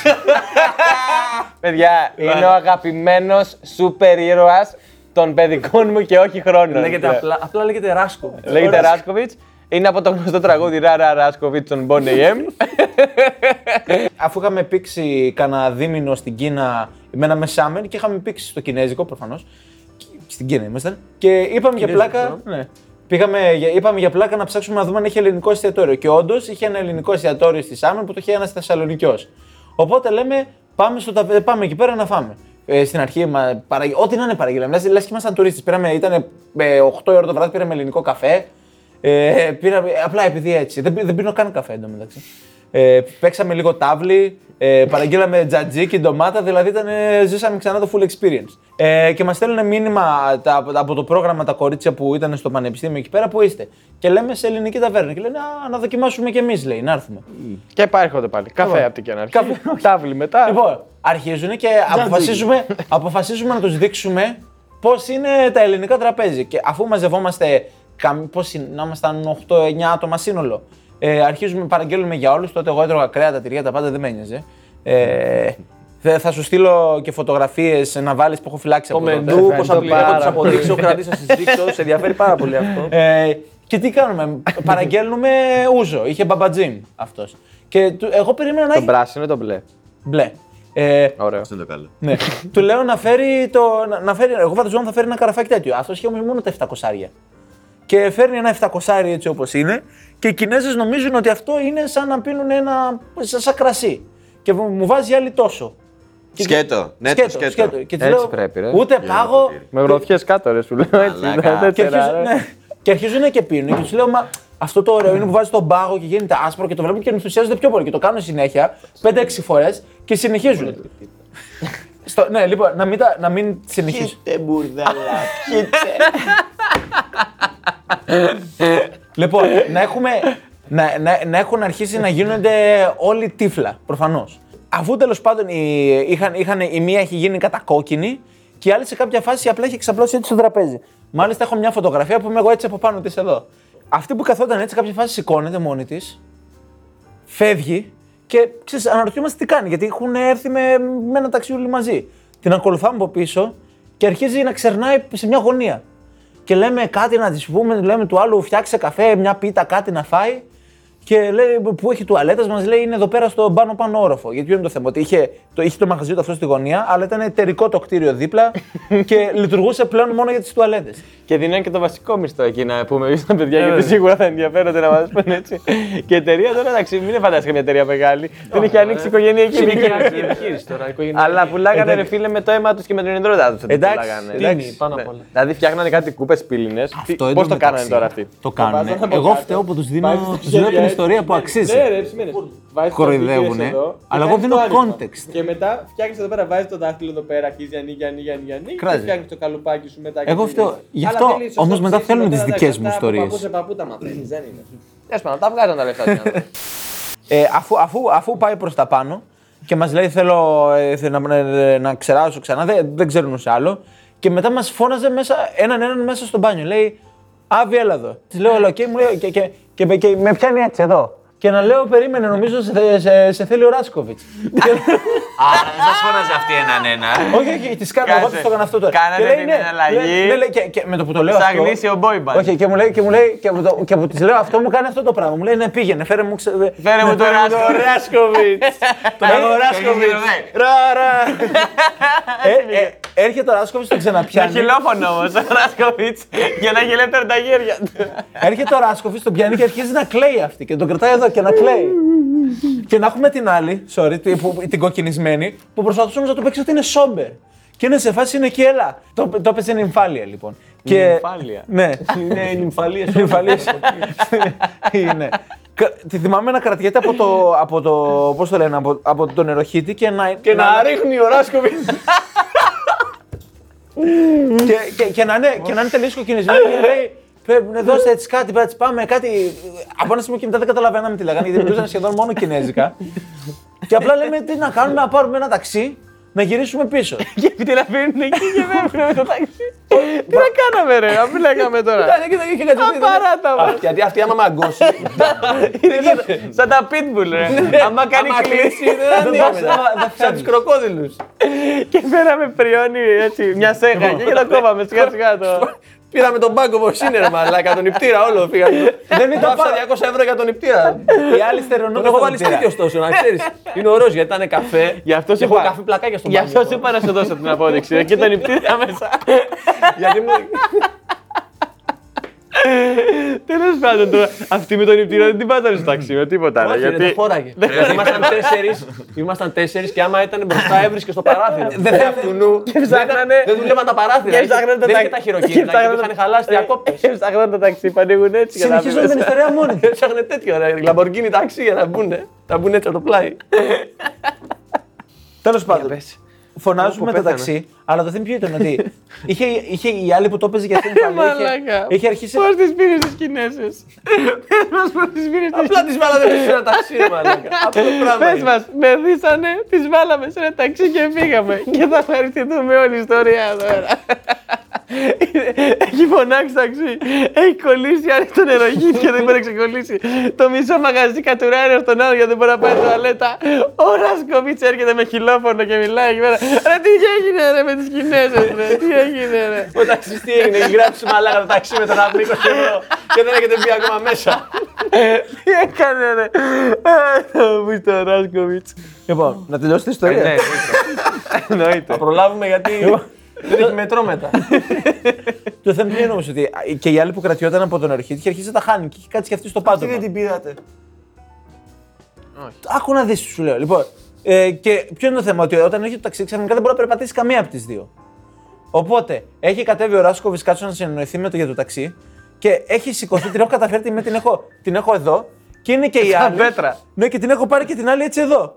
Speaker 1: Παιδιά, είναι ο αγαπημένος σούπερ ήρωας των παιδικών μου και όχι χρόνων.
Speaker 3: Λέγεται απλά, απλά λέγεται Ράσκο.
Speaker 1: Λέγεται Ράσκοβιτ. Είναι από το γνωστό τραγούδι Ράρα Ράσκοβιτ των Bon AM.
Speaker 4: Αφού είχαμε πήξει κανένα δίμηνο στην Κίνα, μέναμε σάμερ και είχαμε πήξει στο Κινέζικο προφανώς. Στην Κίνα ήμασταν. Και είπαμε για
Speaker 3: Κινέζικο,
Speaker 4: πλάκα. Ναι. Πήγαμε, για- είπαμε για πλάκα να ψάξουμε να δούμε αν έχει ελληνικό εστιατόριο. Και όντως είχε ένα ελληνικό εστιατόριο στη Σάμερ που το είχε ένας Θεσσαλονικιός. Οπότε λέμε, πάμε, στο, ταβε- πάμε εκεί πέρα να φάμε. Ε, στην αρχή, μα, παραγγε- ό,τι να είναι παραγγείλαμε. Λες και ήμασταν τουρίστες. Ήταν 8 ε, η ώρα το βράδυ, πήραμε ελληνικό καφέ. Ε, πήραμε, απλά επειδή έτσι. Δεν, πι- δεν πίνω καν καφέ εντωμεταξύ. Ε, παίξαμε λίγο τάβλι, ε, παραγγείλαμε τζατζίκι, ντομάτα, δηλαδή ήταν, ε, ζήσαμε ξανά το full experience. Ε, και μας στέλνουν μήνυμα τα, από το πρόγραμμα τα κορίτσια που ήταν στο πανεπιστήμιο εκεί πέρα που είστε. Και λέμε σε ελληνική ταβέρνα. Και λένε Α, να δοκιμάσουμε κι εμείς, λέει, να έρθουμε.
Speaker 1: Και έρχονται πάλι. Λοιπόν, Καφέ από την κενά. Τάβλη μετά.
Speaker 4: Λοιπόν, αρχίζουν και αποφασίζουμε, αποφασίζουμε να τους δείξουμε πώς είναι τα ελληνικά τραπέζι. Και αφού μαζευόμαστε, καμ- πώς είναι, να ήμασταν 8-9 άτομα σύνολο, ε, αρχίζουμε, παραγγέλνουμε για όλους. Τότε εγώ έτρωγα κρέατα, τυριά, τα πάντα δεν με ένοιαζε. Ε, δε- θα σου στείλω και φωτογραφίες να βάλεις που έχω φυλάξει
Speaker 3: Το
Speaker 4: από τότε.
Speaker 3: μεντού, πώς θα
Speaker 1: Ευχαριστώ
Speaker 3: πληρώνω,
Speaker 1: πάρα
Speaker 3: θα του αποδείξω, κρατήσω, θα σα δείξω. Σε ενδιαφέρει πάρα πολύ αυτό.
Speaker 4: Ε, και τι κάνουμε, παραγγέλνουμε ούζο. Είχε μπαμπατζίμ αυτός. Και του- εγώ περίμενα να
Speaker 1: Το
Speaker 4: έχει.
Speaker 1: πράσινο ή το μπλε.
Speaker 4: Μπλε. Ε,
Speaker 1: Ωραίο.
Speaker 2: Αυτό είναι το καλό.
Speaker 4: Ναι. του λέω να φέρει το. Να, να φέρει, εγώ βατζόμουν θα φέρει ένα καραφάκι τέτοιο. Αυτό είχε όμως μόνο τα 700 άρια. Και φέρνει ένα 700 άρι έτσι όπως είναι και οι Κινέζες νομίζουν ότι αυτό είναι σαν να πίνουν ένα. σαν, σαν κρασί. Και μου μου βάζει άλλη τόσο. Και-
Speaker 2: Σκέτο. Ναι, το σκέτο.
Speaker 4: Και της
Speaker 1: Έτσι
Speaker 4: λέω,
Speaker 1: πρέπει, ρε.
Speaker 4: Ούτε πάγο.
Speaker 2: ποτήρι.
Speaker 1: Με γροθιές κάτω, ρε σου λέω έτσι.
Speaker 2: Μαλάκα.
Speaker 1: τα
Speaker 4: Και
Speaker 1: τέτοια,
Speaker 4: αρχίζουν,
Speaker 1: ρε.
Speaker 4: ναι. και αρχίζουν και πίνουν. Και τους λέω, Μα αυτό το ωραίο είναι που βάζεις τον πάγο και γίνεται άσπρο και το βλέπουν και ενθουσιάζονται πιο πολύ. Και το κάνουν συνέχεια 5-6 φορές και συνεχίζουν. Στο, ναι, λοιπόν, να μην, τα- να μην
Speaker 2: Ε,
Speaker 4: συνεχίσω.
Speaker 2: μπουρδαλά.
Speaker 4: Λοιπόν, να, έχουμε, να, να, να έχουν αρχίσει να γίνονται όλοι τύφλα, προφανώς. Αφού τέλος πάντων η, είχαν, είχαν, η μία έχει γίνει κατακόκκινη και η άλλη σε κάποια φάση απλά έχει ξαπλώσει έτσι στο τραπέζι. Μάλιστα, έχω μια φωτογραφία που είμαι εγώ έτσι από πάνω της εδώ. Αυτή που καθόταν έτσι, κάποια φάση σηκώνεται μόνη της, φεύγει και ξέρεις, αναρωτιόμαστε τι κάνει, γιατί έχουν έρθει με, με ένα ταξί όλοι μαζί. Την ακολουθάμε από πίσω και αρχίζει να ξερνάει σε μια γωνία. Και λέμε κάτι να της πούμε, λέμε του άλλου φτιάξε καφέ, μια πίτα, κάτι να φάει. Και λέει που έχει τουαλέτα, μας λέει είναι εδώ πέρα στον πάνω πάνω όροφο. Γιατί ποιο είναι το θέμα, ότι είχε το, είχε το μαγαζί του αυτό στη γωνία, αλλά ήταν εταιρικό το κτίριο δίπλα και λειτουργούσε πλέον μόνο για τις τουαλέτες.
Speaker 1: Και δίνανε και το βασικό μισθό εκεί να πούμε εμεί τα
Speaker 3: Ε,
Speaker 1: παιδιά,
Speaker 3: ναι.
Speaker 1: γιατί σίγουρα θα ενδιαφέρονται να μας πούνε έτσι. Και η εταιρεία τώρα, εντάξει, μην φαντάζεσαι μια εταιρεία μεγάλη. Δεν
Speaker 3: ε,
Speaker 1: είχε ανοίξει η οικογένεια εκεί.
Speaker 3: Οικογενειακή επιχείρηση τώρα. οικογενειακή.
Speaker 1: Αλλά πουλάγανε ρε φίλε με το αίμα τους και με την ενδροτά τους.
Speaker 4: Εντάξει,
Speaker 3: Ε, Τίμη,
Speaker 4: εντάξει,
Speaker 3: πάνω απ' όλα.
Speaker 1: Δηλαδή φτιάχνανε κάτι κούπες πύληνε. Πώ το κάνανε τώρα αυτοί.
Speaker 4: Το κάνουν. Εγώ φταίω που τους δίνω, τους δίνω την ιστορία που αξίζει.
Speaker 5: Ναι, ρε, ψημένες. Βάζεις το
Speaker 4: Κοροϊδεύουνε,
Speaker 5: δάχτυλο εδώ και
Speaker 4: αλλά εγώ
Speaker 5: κάνεις
Speaker 4: δίνω
Speaker 5: το άνοιγμα.
Speaker 4: context.
Speaker 5: Και μετά φτιάχνεις εδώ πέρα, βάζεις το δάχτυλο εδώ πέρα, αρχίζει ανοίγει, ανοίγει, ανοίγει, ανοίγει. Και
Speaker 4: Κράζει.
Speaker 5: φτιάχνεις το καλουπάκι σου μετά.
Speaker 4: Εγώ
Speaker 5: αυτό.
Speaker 4: φταίω. Γι' αυτό, όμως, μετά θέλουν τις δικές μου ιστορίες.
Speaker 5: Παππού σε παππού τα μαθαίνεις, δεν είναι.
Speaker 1: Τέλο πάντων, τα βγάζαν τα λεφτά. τους.
Speaker 4: Ε, αφού, αφού, αφού πάει προς τα πάνω και μας λέει: Θέλω, ε, θέλω να, ε, να ξεράσω ξανά, δεν, δεν ξέρουν σε άλλο. Και μετά μας φώναζε μέσα, έναν έναν μέσα στο μπάνιο. Λέει: Άβη, έλα εδώ. Της λέω: Ελά, και, μου λέει- και, και, και, και, με πιάνει έτσι εδώ. Και να λέω: Περίμενε, νομίζω σε, σε, σε θέλει ο Ράσκοβιτ.
Speaker 2: Άρα δεν σας φώναζε αυτή έναν ένα.
Speaker 4: όχι, όχι, τη κάνω. Εγώ
Speaker 1: Κάτσε.
Speaker 4: της το έκανα αυτό τώρα.
Speaker 1: Κάνατε
Speaker 4: Και λέει,
Speaker 1: την
Speaker 4: ναι,
Speaker 1: εναλλαγή.
Speaker 4: λέει- ναι, λέει, και, και με το που το λέω.
Speaker 1: Σαν
Speaker 4: αυτό-
Speaker 1: γνήσιο boy band.
Speaker 4: Όχι, και μου λέει, και μου λέει, και, μου το, και μου της λέω αυτό μου κάνει αυτό το πράγμα. Μου λέει, ναι, πήγαινε, φέρε μου. Ξε...
Speaker 1: Φέρε μου Ε, το Ράσκοβιτ.
Speaker 4: Ράσκοβιτ. Τον Ράσκοβιτ. Ρα, ρα. Ε, ε, Έρχεται ο Ράσκοβιτ, τον
Speaker 1: Το
Speaker 4: ξαναπιάνει.
Speaker 1: χιλόφωνο όμως, ο Ράσκοβιτ, για να έχει ελεύθερα τα γέρια του.
Speaker 4: Έρχεται ο Ράσκοβιτ, τον πιάνει και αρχίζει να κλαίει αυτή. Και τον κρατάει εδώ και να κλαίει. και να έχουμε την άλλη, sorry, τη- που- την κοκκινισμένη, που προσπαθούσε όμως να του παίξει ότι είναι σόμπερ. Και είναι σε φάση είναι εκεί, έλα. Το, το έπαιζε νυμφάλια λοιπόν. Και...
Speaker 1: Νυμφάλια.
Speaker 4: Ναι.
Speaker 1: Είναι η νυμφαλία σου.
Speaker 4: Νυμφάλια. είναι. Κα- Τη θυμάμαι να κρατιέται από το, από το, πώς το λένε, από, από τον νεροχύτη και να,
Speaker 6: Και να ρίχνει ο Ράσκοβιτ.
Speaker 4: και, και, και, να είναι, και να είναι τελείως κοκκινισμένη και λέει «Πρέπει να δώστε έτσι κάτι, πρέπει να τις πάμε κάτι. Από ένα σημείο και μετά δεν καταλαβαίναμε τι λέγανε, γιατί μιλούσαν σχεδόν μόνο κινέζικα. και απλά λέμε τι να κάνουμε, να πάρουμε ένα ταξί, να γυρίσουμε πίσω.
Speaker 1: Και την αφήνουν εκεί και φεύγουν με το ταξί. Τι να κάναμε, ρε, να μην λέγαμε τώρα.
Speaker 4: Κοίτα, κοίτα, Ναι, είχε κάτι τέτοιο.
Speaker 1: Παράτα μα.
Speaker 4: Αυτή- Γιατί αυτή άμα μαγκώσει.
Speaker 1: Είναι σαν- σαν τα pitbull,
Speaker 4: Ναι.
Speaker 1: ρε. Άμα κάνει κλίση,
Speaker 4: δεν θα- δεν
Speaker 1: σαν τους κροκόδηλους. Και φέραμε πριόνι έτσι, μια σέχα και το κόβαμε σιγά σιγά το.
Speaker 3: Πήραμε τον πάγκο όπω είναι, ρε μαλάκα, τον νηπτήρα όλο φύγαμε.
Speaker 4: Δεν ήταν
Speaker 3: Πάψα 200
Speaker 4: πάρα.
Speaker 3: ευρώ για τον νηπτήρα.
Speaker 4: Οι άλλοι στερεονόμοι.
Speaker 3: Τον έχω βάλει σπίτι ωστόσο, να ξέρεις. Είναι ωραίο γιατί ήταν καφέ.
Speaker 1: Γι' αυτό
Speaker 3: και
Speaker 1: σου
Speaker 3: έχω
Speaker 1: είπα-
Speaker 3: καφέ πλακάκια στον
Speaker 1: Γι'
Speaker 3: πάγκο.
Speaker 1: αυτό σου είπα να σου δώσω την απόδειξη. ρε, Και τον υπτήρα μέσα.
Speaker 3: Γιατί μου-
Speaker 1: Τέλος πάντων τώρα. Αυτή με τον υπτήρα δεν την πάτανε στο ταξί με τίποτα. ρε,
Speaker 3: Όχι, ρε,
Speaker 1: Γιατί
Speaker 3: τα χώραγε. Γιατί ήμασταν τέσσερις, ήμασταν τέσσερις και άμα ήταν μπροστά έβρισκε στο παράθυρο.
Speaker 4: Δεν θέλουν.
Speaker 1: και ψάχνανε.
Speaker 3: Δεν δουλεύαν τα παράθυρα.
Speaker 1: Και ψάχνανε τα
Speaker 3: Δεν
Speaker 1: ταξί.
Speaker 3: είχε τα χειροκίνητα.
Speaker 1: Και ε,
Speaker 3: και τους Είχαν χαλάσει διακόπτε.
Speaker 1: Και ψάχνανε τα ταξί, πανίγουν έτσι. για να
Speaker 4: Συνεχίζουν
Speaker 1: βρουν.
Speaker 4: την ιστορία μόνοι. τους.
Speaker 3: Ψάχνε τέτοιο ρε. Λαμπορκίνι ταξί για να μπουν. Να μπουν έτσι από το πλάι.
Speaker 4: Τέλος πάντων. Φωνάζουμε
Speaker 3: Όπου
Speaker 4: το
Speaker 3: πέθανε.
Speaker 4: ταξί, αλλά το θέμα ποιο ήταν ότι είχε, είχε η άλλη που το έπαιζε για την Ιταλία. είχε,
Speaker 1: Μαλάκα.
Speaker 4: είχε αρχίσει.
Speaker 1: Πώς τις πήρε τις Κινέζες. Πε μα πώς τις πήρε τις
Speaker 3: Απλά τις βάλατε μέσα σε ένα ταξί, ρε μαλάκα. Αυτό το πράγμα.
Speaker 1: Πες
Speaker 3: είναι.
Speaker 1: μας, μεθύσανε, τις βάλαμε σε ένα ταξί και φύγαμε. Και θα ευχαριστηθούμε όλη η ιστορία τώρα. Έχει φωνάξει ταξί. Έχει κολλήσει άνοιχτο νερογύτη και δεν μπορεί να ξεκολλήσει. Το μισό μαγαζί κατουράει στον άλλο γιατί δεν μπορεί να πάει τουαλέτα. Ο Ρασκοβίτ έρχεται με χιλόφωνο και μιλάει εκεί πέρα. Ρε τι έγινε ρε με τις Κινέζε, ρε. Τι έγινε ρε.
Speaker 3: Ο ταξιστής έγινε, έχει γράψει μαλάκα το ταξί με τον από 20 ευρώ και δεν έχετε μπει ακόμα μέσα. Ε,
Speaker 1: Τι έκανε ρε. Α, Θα μου το Ρασκοβίτ.
Speaker 4: Λοιπόν, να τελειώσει την ιστορία.
Speaker 3: Θα προλάβουμε γιατί δεν έχει μετρό μετά.
Speaker 4: Το θέμα είναι όμως ότι και η άλλη που κρατιόταν από τον αρχή είχε αρχίσει να τα χάνει και είχε κάτσει και αυτή στο πάτωμα.
Speaker 3: την πήρατε.
Speaker 4: Άκου να δεις, σου λέω. Λοιπόν, ε, και ποιο είναι το θέμα, ότι όταν έρχεται το ταξί ξαφνικά δεν μπορεί να περπατήσει καμία από τις δύο. Οπότε έχει κατέβει ο Ράσκοβι κάτω να συνεννοηθεί με το για το ταξί και έχει σηκωθεί, την έχω καταφέρει, τη- με την έχω, την έχω εδώ και είναι και η άλλη.
Speaker 1: πέτρα.
Speaker 4: Ναι, και την έχω πάρει και την άλλη έτσι εδώ.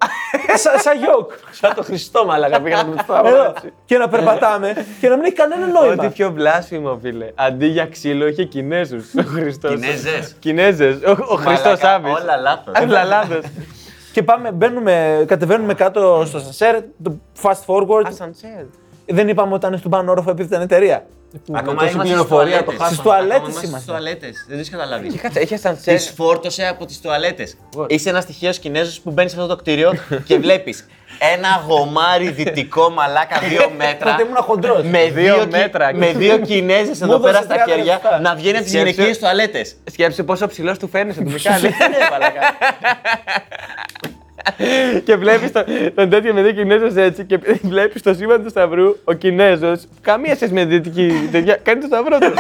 Speaker 4: Σαν σα γιόκ.
Speaker 3: Σαν το Χριστό μαλάκα πήγαμε με το
Speaker 4: Εδώ.
Speaker 3: θαύμα.
Speaker 4: και να περπατάμε και να μην έχει κανένα νόημα.
Speaker 1: Ό,τι πιο βλάσιμο, φίλε. Αντί για ξύλο, είχε Κινέζους ο Χριστός.
Speaker 2: Κινέζες.
Speaker 1: Κινέζες. Ο, ο Χριστό
Speaker 2: Μαλάκα,
Speaker 1: Άβης.
Speaker 2: όλα λάθος.
Speaker 1: Όλα λάθος.
Speaker 4: και πάμε, μπαίνουμε, κατεβαίνουμε κάτω στο σανσέρ, το fast forward. Δεν είπαμε όταν είναι στον πάνω όροφο επειδή ήταν εταιρεία.
Speaker 2: Ακόμα είμαστε στις
Speaker 3: πληροφορία, το
Speaker 2: τουαλέτες.
Speaker 3: χάσαμε.
Speaker 4: Στις τουαλέτες
Speaker 2: Ακόμα είμαστε στις
Speaker 4: είμαστε.
Speaker 2: τουαλέτες. Δεν το έχει καταλάβει.
Speaker 3: Κάτσε, έχεις σαν
Speaker 2: Τις φόρτωσε από τις τουαλέτες. Είσαι ένας τυχαίο Κινέζος που μπαίνει σε αυτό το κτίριο και βλέπεις ένα γομάρι δυτικό μαλάκα δύο μέτρα.
Speaker 4: Τότε ήμουν χοντρός.
Speaker 2: με
Speaker 1: Δύο
Speaker 2: Κι-
Speaker 1: μέτρα.
Speaker 2: Με δύο Κινέζες εδώ
Speaker 4: Μου
Speaker 2: πέρα
Speaker 4: έδωσε
Speaker 2: στα
Speaker 4: 30
Speaker 2: χέρια
Speaker 4: λεπτά.
Speaker 2: να βγαίνει από τις
Speaker 1: Σκέψου.
Speaker 2: γυναικείες τουαλέτες.
Speaker 1: Σκέψου πόσο ψηλός του φαίνεσαι του Μιχάλη.
Speaker 2: Ναι, μαλάκα.
Speaker 1: και βλέπεις τον, τον τέτοιο με δύο Κινέζους έτσι και βλέπεις το σήμα του Σταυρού ο Κινέζος. Καμία σχέση με δυτική τέτοια. Κάνει το Σταυρό του.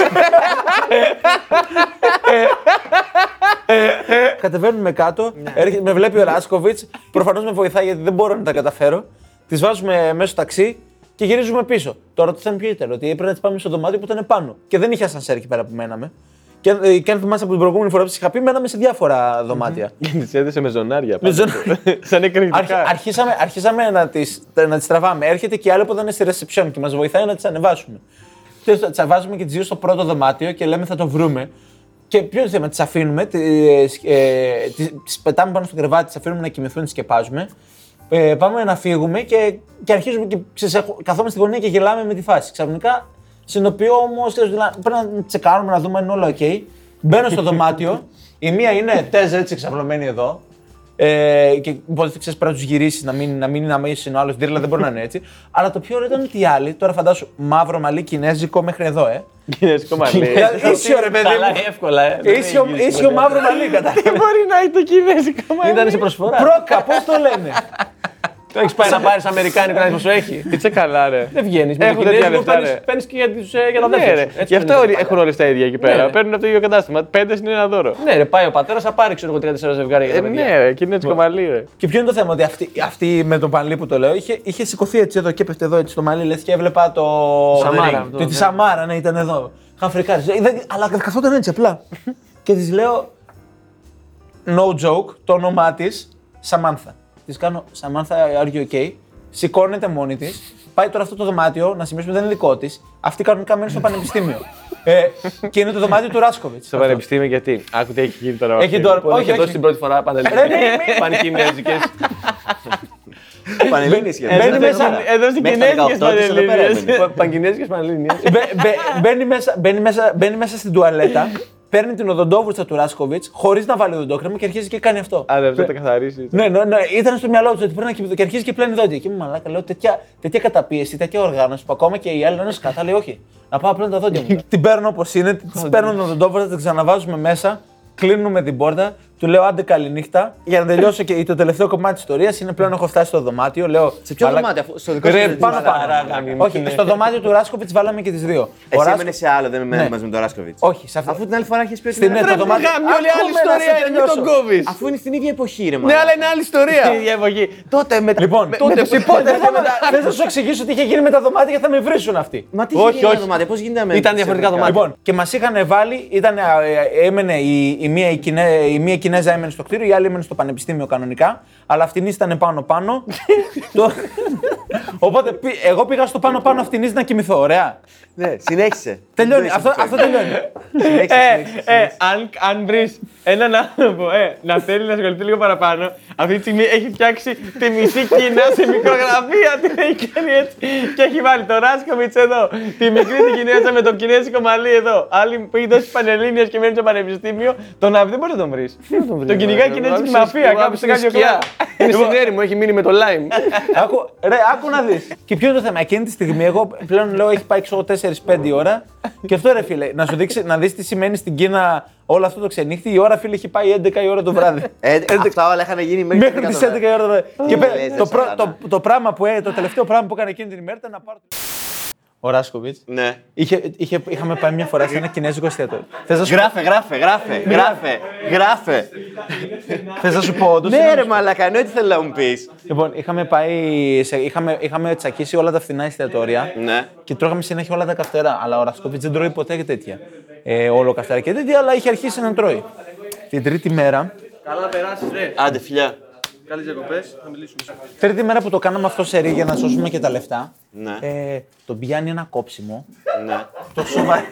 Speaker 4: Κατεβαίνουμε κάτω, έρχεται, με βλέπει ο Ράσκοβιτ, προφανώς με βοηθάει γιατί δεν μπορώ να τα καταφέρω. Τις βάζουμε μέσα στο ταξί και γυρίζουμε πίσω. Τώρα το θέμα ποιο ήταν, ότι έπρεπε να τις πάμε στο δωμάτιο που ήταν πάνω. Και δεν είχε ασανσέρ εκεί πέρα που μέναμε. Και, ε, και αν θυμάσαι από την προηγούμενη φορά που σας είχα πει, μέναμε σε διάφορα δωμάτια.
Speaker 1: Τι έδεσε με ζωνάρια.
Speaker 4: Με
Speaker 1: πάντα. Σαν
Speaker 4: Αρχι-
Speaker 1: εκρηκτικά.
Speaker 4: αρχίσαμε, αρχίσαμε να τις, να τις τραβάμε. Έρχεται και η άλλη που ήταν στη reception και μας βοηθάει να τις ανεβάσουμε. Και τις ανεβάζουμε και τις δύο στο πρώτο δωμάτιο και λέμε θα το βρούμε. Και ποιος είναι το θέμα, τις αφήνουμε, τις, ε, τις, τις πετάμε πάνω στο κρεβάτι, τις αφήνουμε να κοιμηθούν, τις σκεπάζουμε. Ε, πάμε να φύγουμε και, και αρχίζουμε και ξέρεις, έχω- καθόμαστε στη γωνία και γελάμε με τη φάση. Ξαφνικά συνειδητοποιώ όμω, δηλαδή, πρέπει να τσεκάρουμε να δούμε αν είναι όλα οκ. Μπαίνω στο δωμάτιο, η μία είναι τέζα έτσι εξαπλωμένη εδώ. Ε, και υποτίθεται ξέρεις πρέπει να τους γυρίσεις, να μην, να μην είναι αμέσως ο άλλος. Δίρλα δεν μπορεί να είναι έτσι. Αλλά το πιο ωραίο ήταν ότι οι άλλοι, τώρα φαντάσου μαύρο μαλλί κινέζικο μέχρι εδώ, ε.
Speaker 3: Κινέζικο μαλλί.
Speaker 4: Ίσιο ρε παιδί
Speaker 3: Καλά,
Speaker 4: μου.
Speaker 3: εύκολα. ε. Δεν
Speaker 4: Ίσιο,
Speaker 3: γυρίζει
Speaker 4: ίσιο
Speaker 3: πολύ.
Speaker 4: μαύρο μαλλί κατά.
Speaker 5: Τι μπορεί να είναι το κινέζικο μαλλί.
Speaker 3: Ήταν σε προσφορά.
Speaker 4: Πρόκα, πώ το λένε.
Speaker 3: Το έχεις πάει να πάρεις Αμερικάνικο να δεις πως σου έχει.
Speaker 5: Κάτσε καλά, ρε.
Speaker 3: Δεν βγαίνεις.
Speaker 5: Έχουν τέτοια λεφτά, ρε.
Speaker 3: Παίρνεις και για, τους, ε, για τα
Speaker 5: Ναι,
Speaker 3: δεύτερα.
Speaker 5: ρε. Γι' αυτό όλοι- έχουν όλοι τα ίδια εκεί
Speaker 3: Ναι,
Speaker 5: πέρα.
Speaker 3: ρε.
Speaker 5: Παίρνουν από το ίδιο κατάστημα. Πέντε είναι ένα δώρο.
Speaker 3: Ναι, ρε, πάει ο πατέρας, θα πάρει ξέρω εγώ 34 ζευγάρια για
Speaker 5: Ε,
Speaker 3: τα παιδιά.
Speaker 5: ναι, ρε, κινέζικο μαλλί, ρε.
Speaker 4: Και ποιο είναι το θέμα, ότι αυτή, αυτή με τον Πανλή που το λέω είχε, είχε σηκωθεί έτσι εδώ και έπεφτε εδώ έτσι το μαλλί, λες και έβλεπα το.
Speaker 3: Σαμάρα,
Speaker 4: Το,
Speaker 3: αυτό,
Speaker 4: τη
Speaker 3: ναι.
Speaker 4: Σαμάρα, ναι, ήταν εδώ. Είχαν φρικάρει. Ε, δεν- Αλλά καθόταν έτσι απλά. και της λέω. No joke, το όνομά της Σαμάνθα. Της κάνω Σαμάνθα, are you okay? Σηκώνεται μόνη της. Πάει τώρα αυτό το δωμάτιο, να σημειώσουμε δεν είναι δικό της. Αυτή κανονικά μένει στο πανεπιστήμιο. ε, και είναι το δωμάτιο του Ράσκοβιτ.
Speaker 5: Στο πανεπιστήμιο γιατί. Άκου τι έχει γίνει τώρα.
Speaker 4: Έχει τώρα.
Speaker 3: Όχι,
Speaker 4: Όχι,
Speaker 3: εδώ στην
Speaker 4: όχι.
Speaker 3: πρώτη φορά
Speaker 5: Ε, ναι,
Speaker 3: Ε, πανελληνικές. Πανκινέζικες.
Speaker 2: Πανελλήνιες σχεδόν.
Speaker 4: Μπαίνει
Speaker 2: Μέχρι
Speaker 4: μέσα-
Speaker 2: τα
Speaker 5: εδώ στην
Speaker 2: 18
Speaker 5: Κινέζικες
Speaker 2: της εδώ πέρα
Speaker 5: Πανελλήνιες.
Speaker 2: έμεινε.
Speaker 3: Πα- Πανκινέζικες Πανελλήνιες.
Speaker 4: Μπε- μπε- μπαίνει, μέσα, μπαίνει, μέσα, μπαίνει μέσα στην τουαλέτα, παίρνει την οδοντόβουρτσα του Ράσκοβιτ χωρίς να βάλει οδοντόκρεμο και αρχίζει και κάνει αυτό.
Speaker 5: Άντε, αυτό το καθαρίσει.
Speaker 4: ναι, ναι, ναι, ήταν στο μυαλό του ότι πρέπει να κοιμηθώ και αρχίζει και πλένει δόντια. Και μου μαλάκα λέω τέτοια, τέτοια καταπίεση, τέτοια οργάνωση που ακόμα και οι άλλοι λένε σκατά, λέει όχι. Να πάω πλέον τα δόντια μου. την παίρνω όπως είναι, τη παίρνω την οδοντόβουρτσα, την ξαναβάζουμε μέσα, κλείνουμε την πόρτα, του λέω άντε καληνύχτα. Για να τελειώσω και το τελευταίο κομμάτι της ιστορίας είναι πλέον έχω φτάσει στο δωμάτιο, λέω.
Speaker 2: Σε ποιο
Speaker 4: «Μαλάκα,
Speaker 2: δωμάτιο, αφού στο δικό σου
Speaker 4: Ρε,
Speaker 2: δεν
Speaker 4: πάνω
Speaker 2: θυμάμαι.
Speaker 4: πάνω. Όχι, στο δωμάτιο του Ράσκοβιτ βάλαμε και τις δύο. Ο
Speaker 2: ναι. Εσύ
Speaker 4: Ράσκοβιτς-
Speaker 2: έμενες σε άλλο, δεν
Speaker 4: Ναι.
Speaker 2: έμενε μαζί με τον Ράσκοβιτ.
Speaker 4: Όχι, σε αυτό.
Speaker 2: Αφού την άλλη φορά έχεις πει ότι.
Speaker 4: Στην
Speaker 2: είναι-
Speaker 4: ναι, το δωμάτιο.
Speaker 5: Γάμι, όλη άλλη
Speaker 4: Άκουμε να
Speaker 5: ιστορία
Speaker 4: σε
Speaker 5: είναι, μην τον
Speaker 4: τελειώσω.
Speaker 5: κόβεις.
Speaker 2: Αφού είναι στην ίδια εποχή, ρε
Speaker 5: Ναι,
Speaker 2: μαλάκα.
Speaker 5: αλλά είναι άλλη ιστορία.
Speaker 1: Στην ίδια εποχή. Τότε μετά.
Speaker 4: Λοιπόν,
Speaker 1: με-
Speaker 4: τότε
Speaker 1: με-
Speaker 4: που υπότε δεν θα σου εξηγήσω τι είχε γίνει με τα δωμάτια γιατί θα με βρίσουν αυτοί.
Speaker 2: Μα τι
Speaker 3: Όχι,
Speaker 2: όχι,
Speaker 3: όχι.
Speaker 2: όχι. Δωμάτια, πώς γίνεται με
Speaker 3: Ήταν διαφορετικά δωμάτια.
Speaker 4: Λοιπόν, και μας είχαν βάλει, ήταν, ε, ε, έμενε η, η, μία, η, Κινέ- η μία Κινέζα έμενε στο κτίριο, η άλλη έμενε στο πανεπιστήμιο κανονικά, αλλά αυτήν ήταν πάνω-πάνω. Το- Οπότε πη- εγώ πήγα στο πάνω-πάνω αυτήν να κοιμηθώ, ωραία.
Speaker 2: Ναι, συνέχισε.
Speaker 4: Τελειώνει,
Speaker 2: Δεν
Speaker 4: αυτό,
Speaker 2: έχεις
Speaker 4: αυτό τελειώνει.
Speaker 2: Συνέχισε,
Speaker 5: Ε,
Speaker 2: συνέχισε.
Speaker 5: ε, αν, αν βρεις έναν άνθρωπο ε, να θέλει να ασχοληθεί λίγο παραπάνω, αυτή τη στιγμή έχει φτιάξει τη μισή Κίνα σε μικρογραφία. Την έχει κάνει έτσι. Και έχει βάλει το Ράσκοβιτ εδώ. Τη μικρή την Κινέζα με το κινέζικο μαλλί εδώ. Άλλη που έχει δώσει πανελίνε και μένει στο πανεπιστήμιο. Τον Αβ δεν μπορείς να τον βρεις. τον κυνηγάει η κινέζικη μαφία κάπου σε κάποιο κλαμπ.
Speaker 3: Είναι στην έρη μου, έχει μείνει με το lime.
Speaker 4: Άκου, ρε, άκου να δει. και ποιο είναι το θέμα. Εκείνη τη στιγμή, εγώ πλέον λέω έχει πάει ξέρω 4-5 η ώρα. Και αυτό ρε φίλε, να σου δείξει, να δει τι σημαίνει στην Κίνα όλο αυτό το ξενύχτη. Η ώρα φίλε έχει πάει 11 η ώρα το βράδυ.
Speaker 2: Ε, Αυτά όλα είχαν γίνει μέχρι
Speaker 4: Μέχρι
Speaker 2: τις
Speaker 4: τι
Speaker 2: 11
Speaker 4: 11 η ώρα το βράδυ. Και πέ-
Speaker 2: λες,
Speaker 4: το,
Speaker 2: ρε,
Speaker 4: πρω-
Speaker 2: σαράντα.
Speaker 4: το, το, πράγμα που, ε, το τελευταίο πράγμα που έκανε εκείνη την ημέρα ήταν να πάρω. Ο Ράσκοβιτ.
Speaker 2: Ναι.
Speaker 4: Είχε, είχε, είχαμε πάει μια φορά σε ένα κινέζικο εστιατόριο. Θες να σου,
Speaker 2: Γράφε, γράφε, γράφε, γράφε, γράφε.
Speaker 4: θες να σου πω, όντως.
Speaker 2: Ναι, ρε μαλακά, εννοείται θέλω να μου πεις.
Speaker 4: Λοιπόν, είχαμε, πάει σε, είχαμε, είχαμε τσακίσει όλα τα φθηνά εστιατόρια.
Speaker 2: Ναι.
Speaker 4: Και τρώγαμε συνέχεια όλα τα καυτερά. Αλλά ο Ρασκόβιτ δεν τρώει ποτέ και τέτοια. Ε, όλο καυτερά και τέτοια, αλλά είχε αρχίσει να τρώει. Την τρίτη μέρα,
Speaker 1: Καλά περάσεις, ρε.
Speaker 2: Άντε, φιλιά.
Speaker 1: Καλές διακοπές. Θα μιλήσουμε.
Speaker 4: τρίτη μέρα που το κάναμε αυτό σε ρί για να σώσουμε και τα λεφτά,
Speaker 2: Ναι.
Speaker 4: ε, τον πιάνει ένα κόψιμο.
Speaker 2: Ναι.
Speaker 4: Το σοβαρή.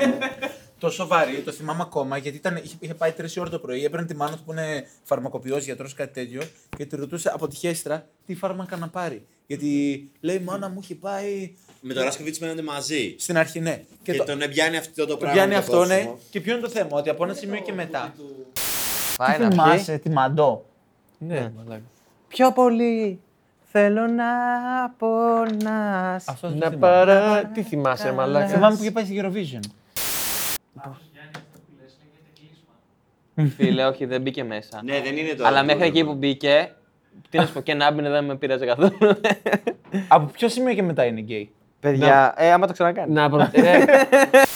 Speaker 4: το σοβαρή, το θυμάμαι ακόμα, γιατί ήταν, είχε, είχε πάει 3 ώρα το πρωί. Έπαιρνε τη μάνα του που είναι φαρμακοποιός, γιατρός, κάτι τέτοιο, και τη ρωτούσε από τη χέστρα τι φάρμακα να πάρει. Γιατί λέει, μάνα μου είχε πάει.
Speaker 7: Με τον Ράσκοβιτ μένονται μαζί.
Speaker 4: Στην αρχή, ναι.
Speaker 7: Και, τον πιάνει αυτό το πράγμα.
Speaker 4: Πιάνει
Speaker 7: με τον
Speaker 4: αυτό, ναι.
Speaker 7: κόσμο.
Speaker 4: Και ποιο είναι το θέμα, ότι από ένα σημείο και μετά.
Speaker 1: Πάει
Speaker 4: Τι θυμάσαι, τι μαντό. Ναι,
Speaker 1: Πιο πολύ θέλω να πονάς.
Speaker 4: Αυτό
Speaker 3: Να παρά. Τι θυμάσαι, ρε μαλάκα.
Speaker 4: Θυμάμαι που είχε πάει στη Eurovision.
Speaker 1: Φίλε, όχι, δεν μπήκε μέσα.
Speaker 2: Ναι, δεν είναι το.
Speaker 1: Αλλά μέχρι εκεί που μπήκε, τι να σου πω, και να μπαινε δεν με πείραζε καθόλου.
Speaker 4: Από ποιο σημείο και μετά είναι γκέι.
Speaker 1: Παιδιά, ε, άμα το ξανακάνεις.
Speaker 3: Να προτε-